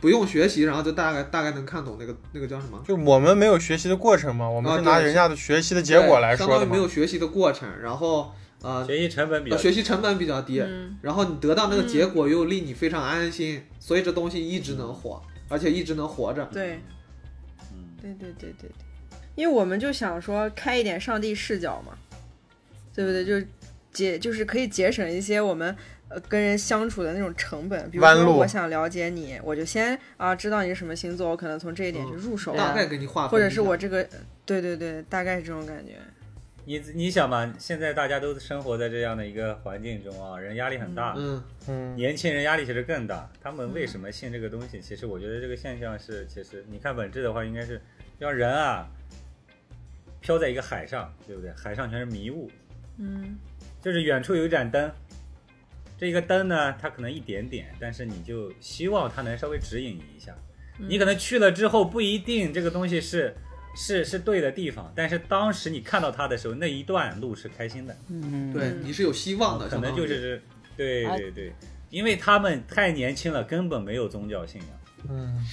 Speaker 3: 不用学习，然后就大概大概能看懂那个那个叫什么？
Speaker 4: 就是我们没有学习的过程嘛，我们
Speaker 3: 啊
Speaker 4: 是
Speaker 3: 对
Speaker 4: 拿人家的学习的结果来
Speaker 3: 对
Speaker 4: 说
Speaker 3: 相
Speaker 4: 的
Speaker 3: 当于
Speaker 4: 嘛
Speaker 3: 没。有学习的过程，然后呃，
Speaker 2: 学习成本比较
Speaker 3: 呃学习成本比较低，
Speaker 1: 嗯
Speaker 3: 然后你得到那个结果又令你非常安心，所以这东西一直能火，而且一直能活着。
Speaker 1: 对
Speaker 2: 嗯，
Speaker 1: 对对对对对，因为我们就想说开一点上帝视角嘛，对不对？就节就是可以节省一些我们呃跟人相处的那种成本。比如
Speaker 4: 弯
Speaker 1: 说
Speaker 4: 路
Speaker 1: 我想了解你，我就先啊知道你是什么星座，我可能从这一点去入手，
Speaker 5: 对啊
Speaker 3: 哦大概给你划分
Speaker 1: 或
Speaker 3: 一下，
Speaker 1: 者是我这个对对对，大概是这种感觉。
Speaker 2: 你你想嘛，现在大家都生活在这样的一个环境中啊，人压力很大，
Speaker 3: 嗯，
Speaker 4: 嗯，
Speaker 2: 年轻人压力其实更大。他们为什么信这个东西？其实我觉得这个现象是，其实你看本质的话，应该是让人啊飘在一个海上，对不对？海上全是迷雾，
Speaker 1: 嗯
Speaker 2: 就是远处有一盏灯，这个灯呢，它可能一点点，但是你就希望它能稍微指引你一下。你可能去了之后不一定这个东西是是是对的地方，但是当时你看到它的时候，那一段路是开心的，
Speaker 5: 嗯，
Speaker 3: 对你是有希望的，
Speaker 2: 可能就是对
Speaker 5: 哎
Speaker 2: 对对，因为他们太年轻了，根本没有宗教信仰。
Speaker 4: 嗯，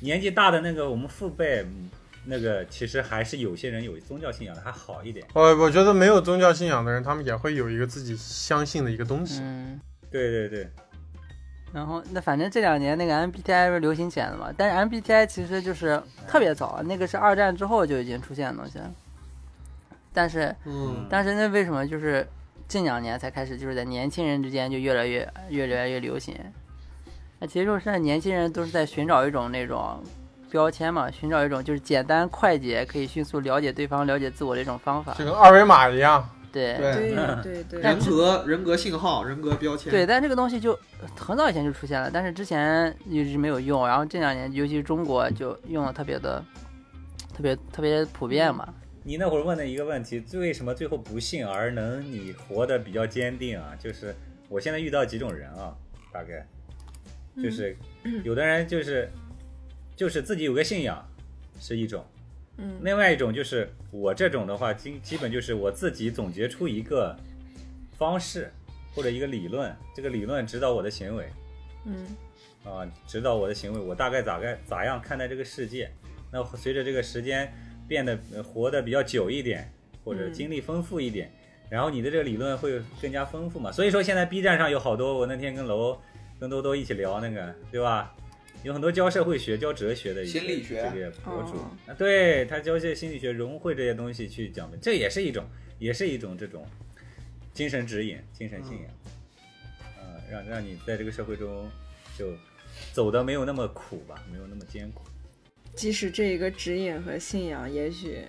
Speaker 2: 年纪大的那个我们父辈，嗯那个其实还是有些人有宗教信仰的还好一点。
Speaker 4: 我我觉得没有宗教信仰的人，他们也会有一个自己相信的一个东西。
Speaker 5: 嗯，
Speaker 2: 对对对，
Speaker 5: 然后那反正这两年那个 MBTI 不是流行起来了嘛，但是 MBTI 其实就是特别早，那个是二战之后就已经出现的东西了。但是
Speaker 3: 嗯，
Speaker 5: 当时那为什么就是近两年才开始，就是在年轻人之间就越来越越来越流行？那其实就是现在年轻人都是在寻找一种那种标签嘛，寻找一种就是简单快捷可以迅速了解对方、了解自我的一种方法
Speaker 4: 就。跟二维码一样，
Speaker 5: 对
Speaker 3: 对，
Speaker 1: 对对对
Speaker 3: 人格人格信号、人格标签，
Speaker 5: 对，但这个东西就很早以前就出现了，但是之前一直没有用，然后这两年尤其是中国就用的特别的特别特别普遍嘛。
Speaker 2: 你那会儿问的一个问题，最为什么最后不幸而能你活得比较坚定啊？就是我现在遇到几种人啊，大概
Speaker 1: 嗯
Speaker 2: 就是有的人就是就是自己有个信仰是一种，
Speaker 1: 嗯
Speaker 2: 另外一种就是我这种的话，基基本就是我自己总结出一个方式或者一个理论，这个理论指导我的行为。
Speaker 1: 嗯
Speaker 2: 啊，指导我的行为，我大概咋该咋样看待这个世界。那随着这个时间变得呃活得比较久一点，或者
Speaker 1: 嗯
Speaker 2: 经历丰富一点，然后你的这个理论会更加丰富嘛。所以说现在 B 站上有好多，我那天跟楼跟多多一起聊那个，对吧？有很多教社会学、教哲学的一些
Speaker 3: 心理学
Speaker 2: 这个博主，
Speaker 1: 哦
Speaker 2: 啊，对他教一些心理学，融汇这些东西去讲的，这也是一种，也是一种这种精神指引、精神信仰，呃，让让你在这个社会中就走的没有那么苦吧，没有那么艰苦。
Speaker 1: 即使这一个指引和信仰，也许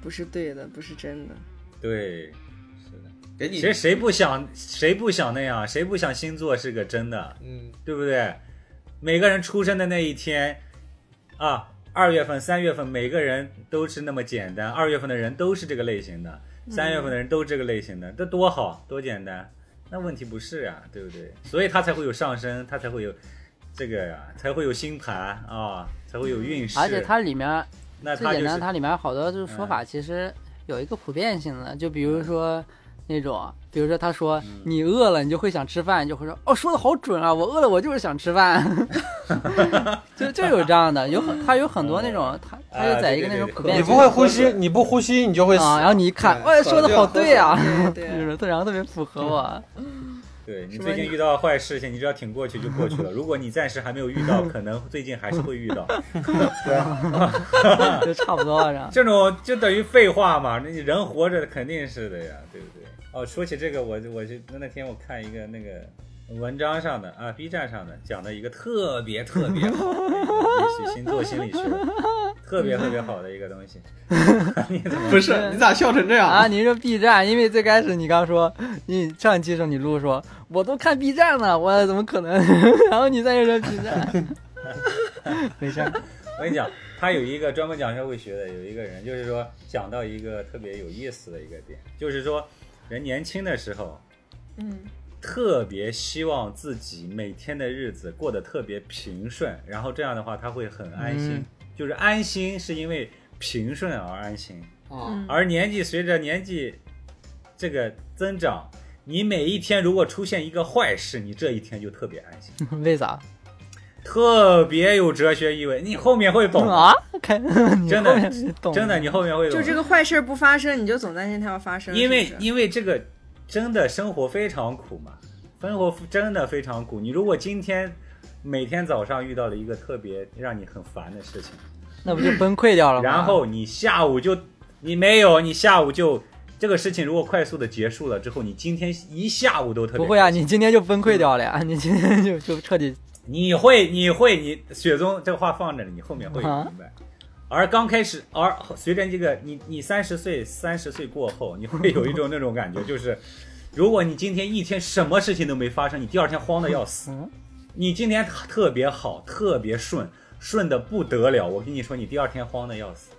Speaker 1: 不是对的，不是真的。
Speaker 2: 对，是的。
Speaker 3: 给你
Speaker 2: 其实谁不想，谁不想那样，谁不想星座是个真的，
Speaker 3: 嗯，
Speaker 2: 对不对？每个人出生的那一天，啊，二月份、三月份，每个人都是那么简单。二月份的人都是这个类型的，三月份的人都这个类型的，这多好，多简单。那问题不是呀、对不对？所以它才会有上升，它才会有这个呀、才会有星盘啊，才会有运势。
Speaker 5: 而且它里面
Speaker 2: 那
Speaker 5: 最
Speaker 2: 它
Speaker 5: 简
Speaker 2: 就
Speaker 5: 单，
Speaker 2: 是
Speaker 5: 它里面好多就是说法，其实有一个普遍性的，就比如说那种，比如说他说你饿了，你就会想吃饭，你就会说哦，说的好准啊，我饿了，我就是想吃饭， (laughs) 就就有这样的，有很他有很多那种，他他就在一个那种普遍
Speaker 4: 你
Speaker 5: 性
Speaker 4: 不会呼吸，你不呼吸你就会死。
Speaker 5: 啊，然后你一看，
Speaker 3: 对
Speaker 5: 哎，说的好对啊， (laughs)
Speaker 1: 对
Speaker 5: 就
Speaker 1: 对，
Speaker 5: 是然后特别符合我，
Speaker 2: 对你
Speaker 1: 什
Speaker 2: 最
Speaker 1: 么
Speaker 2: 近遇到坏事情，你只要挺过去就过去了。如果你暂时还没有遇
Speaker 1: (laughs)
Speaker 2: 到，可能最近还是会遇到。
Speaker 5: 就差不多了。然后
Speaker 2: 这种就等于废话嘛，那你人活着肯定是的呀，对不对？哦，说起这个，我就我就那天我看一个那个文章上的啊，B 站上的讲的一个特别特别好的一个星座心理学，特别特别好的一个东西。你怎么
Speaker 3: 不是你咋笑成这样
Speaker 5: 啊，？你说 B 站，因为最开始你刚说你上一期的时候你录说，我都看 B 站了，我怎么可能？ (laughs) 然后你再又说 B 站，没事儿，
Speaker 2: 我跟你讲，他有一个专门讲社会学的，有一个人就是说讲到一个特别有意思的一个点，就是说人年轻的时候
Speaker 1: 嗯
Speaker 2: 特别希望自己每天的日子过得特别平顺，然后这样的话他会很安心，
Speaker 4: 嗯
Speaker 2: 就是安心是因为平顺而安心，
Speaker 3: 啊，
Speaker 1: 嗯，
Speaker 2: 而年纪随着年纪这个增长，你每一天如果出现一个坏事，你这一天就特别安心，
Speaker 5: (laughs) 为啥
Speaker 2: 特别有哲学意味，你后面会懂，
Speaker 5: (laughs) 啊？看你
Speaker 2: 真的
Speaker 5: 后面是懂
Speaker 2: 真的，你后面会懂
Speaker 1: 就
Speaker 2: 的。
Speaker 1: 这个坏事儿不发生，你就总担心它要发生，
Speaker 2: 因为
Speaker 1: 是不是
Speaker 2: 因为这个真的生活非常苦嘛，生活真的非常苦。你如果今天每天早上遇到了一个特别让你很烦的事情，
Speaker 5: 那不就崩溃掉了吗？
Speaker 2: 然后你下午就你没有，你下午就这个事情如果快速的结束了之后，你今天一下午都特别
Speaker 5: 不会啊，
Speaker 2: 开心嗯
Speaker 5: 你今天就崩溃掉了呀，你今天就就彻底
Speaker 2: 你会你会你雪宗这话放着呢，你后面会
Speaker 5: 啊
Speaker 2: 明白。而刚开始，而随着这个你你三十岁三十岁过后，你会有一种那种感觉，就是 (laughs) 如果你今天一天什么事情都没发生，你第二天慌的要死
Speaker 5: 嗯。
Speaker 2: 你今天特别好，特别顺，顺的不得了。我跟你说，你第二天慌的要死，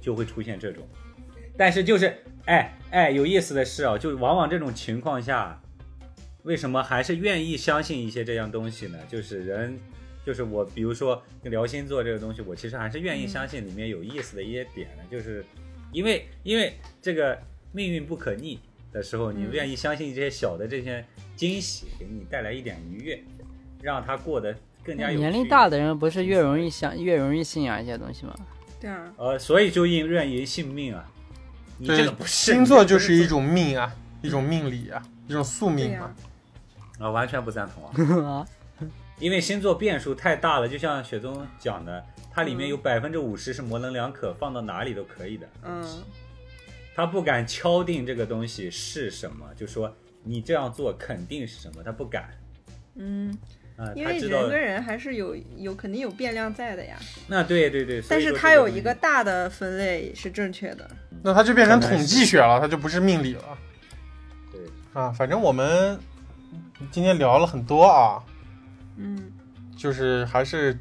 Speaker 2: 就会出现这种。但是就是，哎哎，有意思的是啊，就往往这种情况下，为什么还是愿意相信一些这样东西呢？就是人，就是我，比如说聊星座这个东西，我其实还是愿意相信里面有意思的一些点的，就是因为因为这个命运不可逆的时候，你
Speaker 1: 嗯
Speaker 2: 愿意相信这些小的这些惊喜，给你带来一点愉悦，让它过得更加有趣。
Speaker 5: 年龄大的人不是越容易想越容易信仰一些东西吗？
Speaker 1: 对啊，
Speaker 2: 呃，所以就应愿意信命啊。你这
Speaker 4: 对
Speaker 2: 个不，是
Speaker 4: 星座就是一种命啊，一种命理啊，一种宿
Speaker 1: 对
Speaker 4: 命
Speaker 1: 呀、
Speaker 2: (laughs)
Speaker 4: 嘛。
Speaker 2: 啊，完全不赞同啊，
Speaker 1: (laughs)
Speaker 5: 啊，
Speaker 2: 因为星座变数太大了，就像雪宗讲的，它里面有百分之五十是模棱两可，放到哪里都可以的。
Speaker 1: 嗯，
Speaker 2: 他不敢敲定这个东西是什么，就说你这样做肯定是什么，他不敢。
Speaker 1: 嗯，
Speaker 2: 啊、
Speaker 1: 因
Speaker 2: 他
Speaker 1: 为
Speaker 2: 知
Speaker 1: 人
Speaker 2: 道
Speaker 1: 跟人还是有有肯定有变量在的呀，
Speaker 2: 那对对对，所
Speaker 1: 但
Speaker 2: 以
Speaker 1: 是
Speaker 2: 说
Speaker 1: 它
Speaker 2: 这
Speaker 1: 有
Speaker 2: 东
Speaker 1: 一
Speaker 2: 西
Speaker 1: 个大的分类是正确的，
Speaker 4: 那它就变成统计学了，它就不是命理了
Speaker 2: 对，
Speaker 4: 啊。反正我们今天聊了很多啊，
Speaker 1: 嗯，
Speaker 4: 就是还是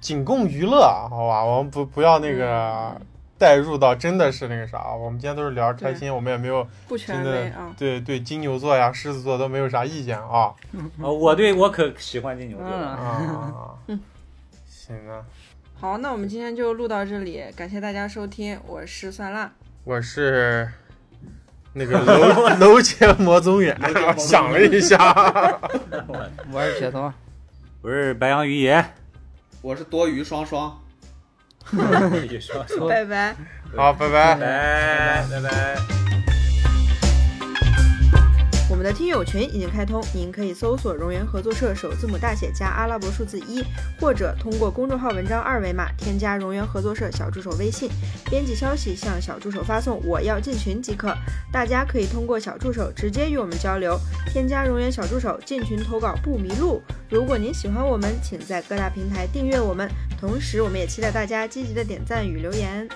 Speaker 4: 仅供娱乐啊，好吧？我们不不要那个
Speaker 1: 嗯
Speaker 4: 带入到真的是那个啥啊。我们今天都是聊开心，我们也没有
Speaker 1: 不
Speaker 4: 真
Speaker 1: 权威
Speaker 4: 的
Speaker 1: 啊，
Speaker 4: 对对金牛座呀、狮子座都没有啥意见啊
Speaker 2: 啊、我对我可喜欢金牛座了。
Speaker 4: 啊
Speaker 5: 嗯
Speaker 4: 啊。
Speaker 2: (laughs)
Speaker 4: 啊行啊，
Speaker 1: 好，那我们今天就录到这里，感谢大家收听，我是酸辣，
Speaker 4: 我是。那个 (laughs) 楼楼前魔宗远，我想了一下，
Speaker 5: 我是铁头，
Speaker 2: 我是白羊
Speaker 1: (laughs)
Speaker 2: 鱼 (laughs) 爷，
Speaker 3: 我是多余双双。
Speaker 2: 也说说，
Speaker 1: 拜拜。
Speaker 4: 好，拜拜。
Speaker 2: 拜拜拜。
Speaker 1: 我们的听友群已经开通，您可以搜索“融源合作社”首字母大写加阿拉伯数字一，或者通过公众号文章二维码添加“融源合作社”小助手微信，编辑消息向小助手发送“我要进群”即可。大家可以通过小助手直接与我们交流，添加融源小助手进群投稿不迷路。如果您喜欢我们，请在各大平台订阅我们，同时我们也期待大家积极的点赞与留言。